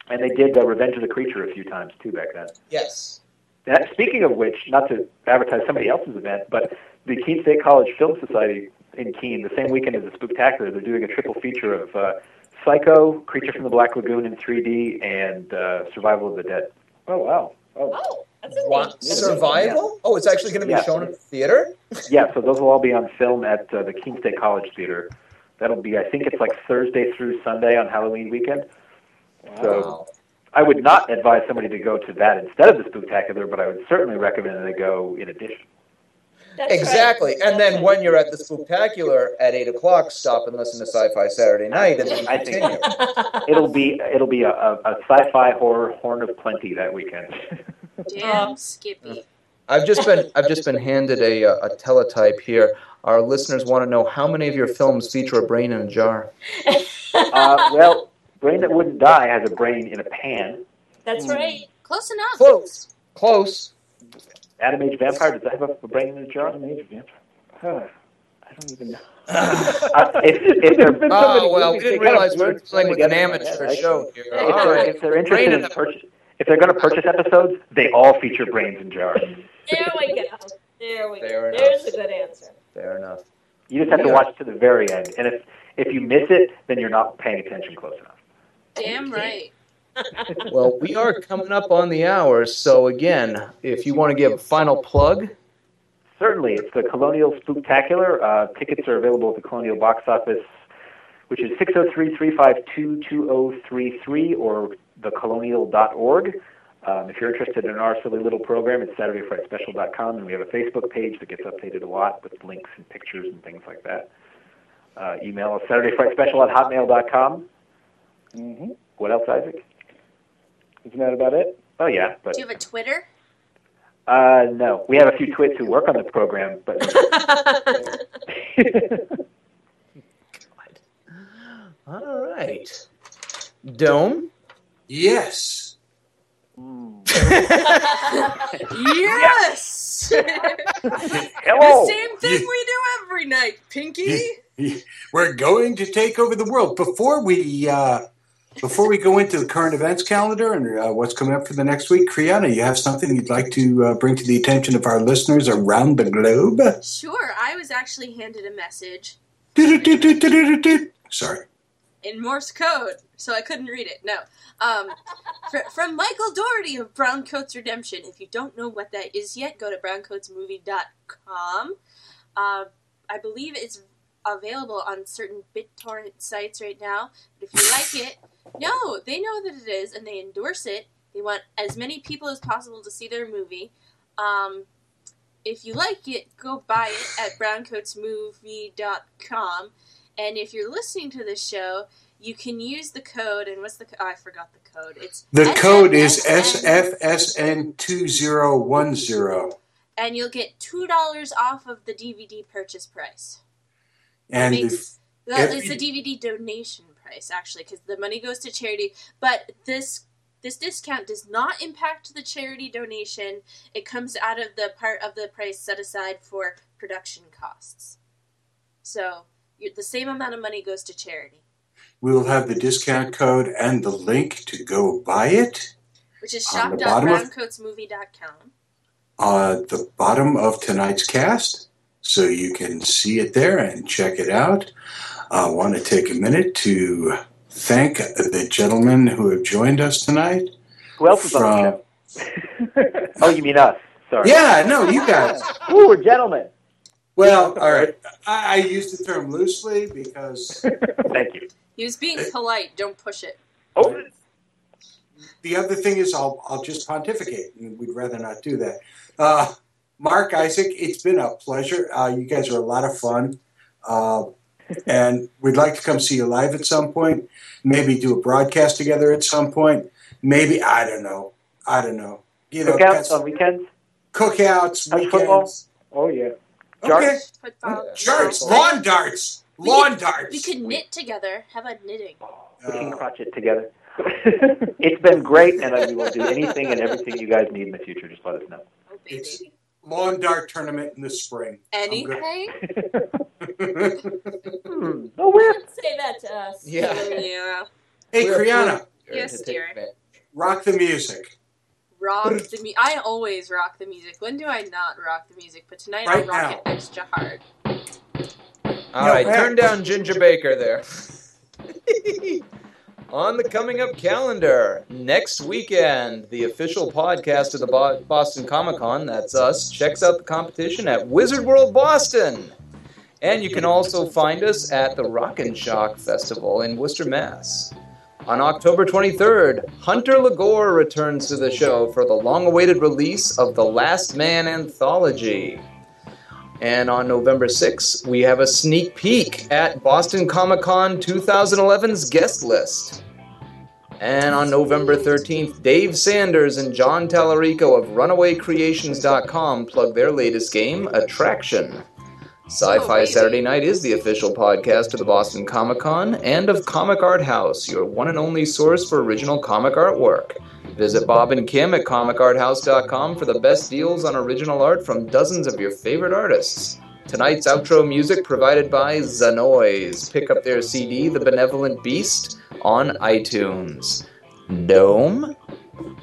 Speaker 10: And they did uh, Revenge of the Creature a few times too back then.
Speaker 8: Yes.
Speaker 10: That, speaking of which, not to advertise somebody else's event, but the Keene State College Film Society in Keene, the same weekend as the Spooktacular, they're doing a triple feature of uh, Psycho, Creature from the Black Lagoon in 3D, and uh, Survival of the Dead.
Speaker 11: Oh wow. Oh.
Speaker 8: What? Survival? Oh, it's actually going to be
Speaker 10: Yeah.
Speaker 8: shown in the theater?
Speaker 10: Yeah, so those will all be on film at uh, the Keene State College Theater. That'll be, I think it's like Thursday through Sunday on Halloween weekend. So I would not advise somebody to go to that instead of the Spooktacular, but I would certainly recommend that they go in addition.
Speaker 8: exactly. And then when you're at the Spooktacular at 8 o'clock, stop and listen to Sci Fi Saturday Night and then
Speaker 10: I think-
Speaker 8: continue.
Speaker 10: It'll be it'll be a, a, a sci-fi horror horn of plenty that weekend.
Speaker 7: Damn, Skippy.
Speaker 8: I've just been I've just been handed a, uh, a teletype here. Our listeners want to know how many of your films feature a brain in a jar.
Speaker 10: uh, well, Brain That Wouldn't Die has a brain in a pan.
Speaker 8: hmm.
Speaker 9: That's right.
Speaker 7: Close enough.
Speaker 8: Close. Close.
Speaker 10: Adam Age Vampire does that have a brain in a jar? Adam Age Vampire.
Speaker 11: Huh. I don't even know.
Speaker 10: Uh, if, if they're,
Speaker 11: There's been so
Speaker 8: Ah,
Speaker 11: many
Speaker 8: well, we
Speaker 11: movies
Speaker 8: didn't
Speaker 11: they got
Speaker 8: realize we were
Speaker 11: words
Speaker 8: playing with
Speaker 11: thrown
Speaker 8: an
Speaker 11: together.
Speaker 8: amateur
Speaker 11: Yeah, actually.
Speaker 8: show here.
Speaker 10: if,
Speaker 8: All
Speaker 10: they're,
Speaker 8: right.
Speaker 10: if they're
Speaker 8: Brain
Speaker 10: interested
Speaker 8: in
Speaker 10: in
Speaker 8: a-
Speaker 10: purchase, if they're going to purchase episodes, they all feature brains in jars.
Speaker 9: There we go. There we
Speaker 8: Fair
Speaker 9: go.
Speaker 8: enough.
Speaker 9: There's a good answer.
Speaker 8: Fair enough.
Speaker 10: You just have to watch to the very end, and if if you miss it, then you're not paying attention close enough.
Speaker 7: Damn right.
Speaker 8: Well, we are coming up on the hour, so again, if you want to give a final plug,
Speaker 10: Certainly, it's the Colonial Spooktacular. Uh, tickets are available at the Colonial box office, which is 603-352-2033 or thecolonial.org. Um, if you're interested in our silly little program, it's SaturdayFrightSpecial.com, and we have a Facebook page that gets updated a lot with links and pictures and things like that. Uh, email us SaturdayFrightSpecial at hotmail.com.
Speaker 11: Mm-hmm.
Speaker 10: What else, Isaac?
Speaker 11: Isn't that about it?
Speaker 10: Oh yeah, but
Speaker 7: Do you have a Twitter?
Speaker 10: uh, no, we have a few twits who work on the program, but
Speaker 8: all right. Dome?
Speaker 6: Yes.
Speaker 7: Yes.
Speaker 10: hello.
Speaker 7: thing we do every night, Pinky.
Speaker 6: We're going to take over the world. Before we uh, before we go into the current events calendar and uh, what's coming up for the next week, Kriana, you have something you'd like to uh, bring to the attention of our listeners around the globe?
Speaker 7: Sure, I was actually handed a message
Speaker 6: Do-do-do-do-do-do-do. Sorry.
Speaker 7: in Morse code, so I couldn't read it. No. Um, fr- from Michael Doherty of Brown Coats Redemption. If you don't know what that is yet, go to browncoatsmovie.com. Uh, I believe it's available on certain BitTorrent sites right now. But if you like it, no, they know that it is and they endorse it. They want as many people as possible to see their movie. Um, if you like it, go buy it at browncoatsmovie.com. And if you're listening to this show, you can use the code. And what's the? co- Oh, I forgot the code. It's
Speaker 6: The code is
Speaker 7: SFSN.
Speaker 6: SFSN2010.
Speaker 7: and you'll get two dollars off of the DVD purchase price.
Speaker 6: And
Speaker 7: Makes-
Speaker 6: if,
Speaker 7: Well,
Speaker 6: Every-
Speaker 7: it's the DVD donation price actually, because the money goes to charity. But this this discount does not impact the charity donation. It comes out of the part of the price set aside for production costs. So you, the same amount of money goes to charity,
Speaker 6: we will have the discount code and the link to go buy it
Speaker 7: which is
Speaker 6: On the bottom of-
Speaker 7: shop.browncoatsmovie.com.
Speaker 6: at the bottom of tonight's cast. So you can see it there and check it out. I want to take a minute to thank the gentlemen who have joined us tonight.
Speaker 10: who else is on the show? oh, you mean us? Sorry.
Speaker 6: Yeah, no, you guys.
Speaker 10: Ooh, we're gentlemen.
Speaker 6: Well, all right. I, I use the term loosely because
Speaker 10: Thank you.
Speaker 7: He was being polite. Don't push it.
Speaker 10: Oh,
Speaker 6: the other thing is I'll, I'll just pontificate, and we'd rather not do that. Uh, Mark, Isaac, it's been a pleasure. Uh, you guys are a lot of fun. Uh, and we'd like to come see you live at some point. Maybe do a broadcast together at some point. Maybe, I don't know. I don't know. You know,
Speaker 10: Cookouts on weekends?
Speaker 6: Cookouts,
Speaker 10: Touch football?
Speaker 6: weekends.
Speaker 11: Oh, yeah.
Speaker 6: Okay.
Speaker 7: Football.
Speaker 6: Darts, lawn darts,
Speaker 7: We
Speaker 6: lawn
Speaker 7: could-
Speaker 6: darts. Uh,
Speaker 7: We could knit together. How about knitting?
Speaker 10: We can crotch it together. it's been great, and I- we will do anything and everything you guys need in the future. Just let us know.
Speaker 6: It's lawn dart tournament in the spring.
Speaker 7: Anything?
Speaker 11: Hmm.
Speaker 10: Oh, weird.
Speaker 9: Say that to us.
Speaker 6: Yeah.
Speaker 7: Yeah.
Speaker 6: Hey, Kriana,
Speaker 7: Yes, dear.
Speaker 6: rock the music.
Speaker 7: Rock the music. I always rock the music. When do I not rock the music? But tonight
Speaker 6: Right
Speaker 7: I rock
Speaker 6: now.
Speaker 7: it extra hard.
Speaker 8: All right, turn down Ginger Baker there. On the coming up calendar, next weekend, the official podcast of the Bo- Boston Comic Con, that's us, checks out the competition at Wizard World Boston. And you can also find us at the Rockin' Shock Festival in Worcester, Mass. On October 23rd, Hunter Lagore returns to the show for the long awaited release of the Last Man anthology. And on November 6th, we have a sneak peek at Boston Comic Con 2011's guest list. And on November 13th, Dave Sanders and John Tallarico of RunawayCreations.com plug their latest game, Attraction. Sci Fi Saturday Night is the official podcast of the Boston Comic Con and of Comic Art House, your one and only source for original comic artwork. Visit Bob and Kim at comicarthouse.com for the best deals on original art from dozens of your favorite artists. Tonight's outro music provided by Zanoise. Pick up their CD, The Benevolent Beast, on iTunes. Dome?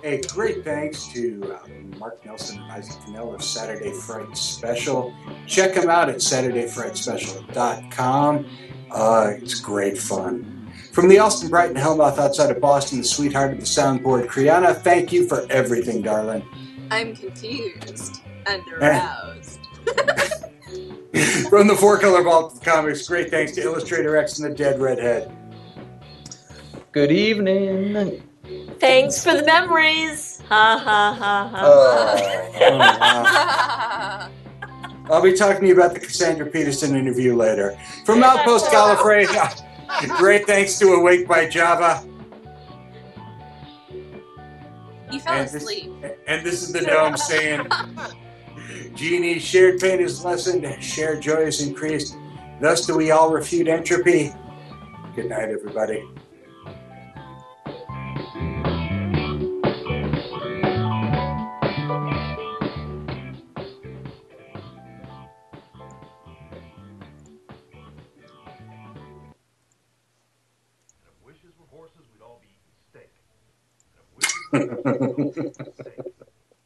Speaker 6: Hey, great thanks to uh, Mark Nelson and Isaac Pinnell of Saturday Fright Special. Check them out at SaturdayFrightSpecial.com. Uh, it's great fun. From the Austin Brighton Hellmouth outside of Boston, the sweetheart of the soundboard, Kriana, thank you for everything, darling.
Speaker 7: I'm confused and aroused.
Speaker 6: From the Four Color Ball Comics, great thanks to Illustrator X and the Dead Redhead.
Speaker 8: Good evening.
Speaker 9: Thanks for the memories. Ha ha ha ha.
Speaker 8: Uh,
Speaker 6: uh, I'll be talking to you about the Cassandra Peterson interview later. From Outpost Gallifrey, great thanks to Awake by Java.
Speaker 7: He fell
Speaker 6: And this-
Speaker 7: asleep.
Speaker 6: And this is the dome saying, Genie, shared pain is lessened, shared joy is increased. Thus do we all refute entropy. Good night, everybody.
Speaker 13: Wishes were horses, we'd all be eating steak. And if wishes were horses, we'd all be eating steak.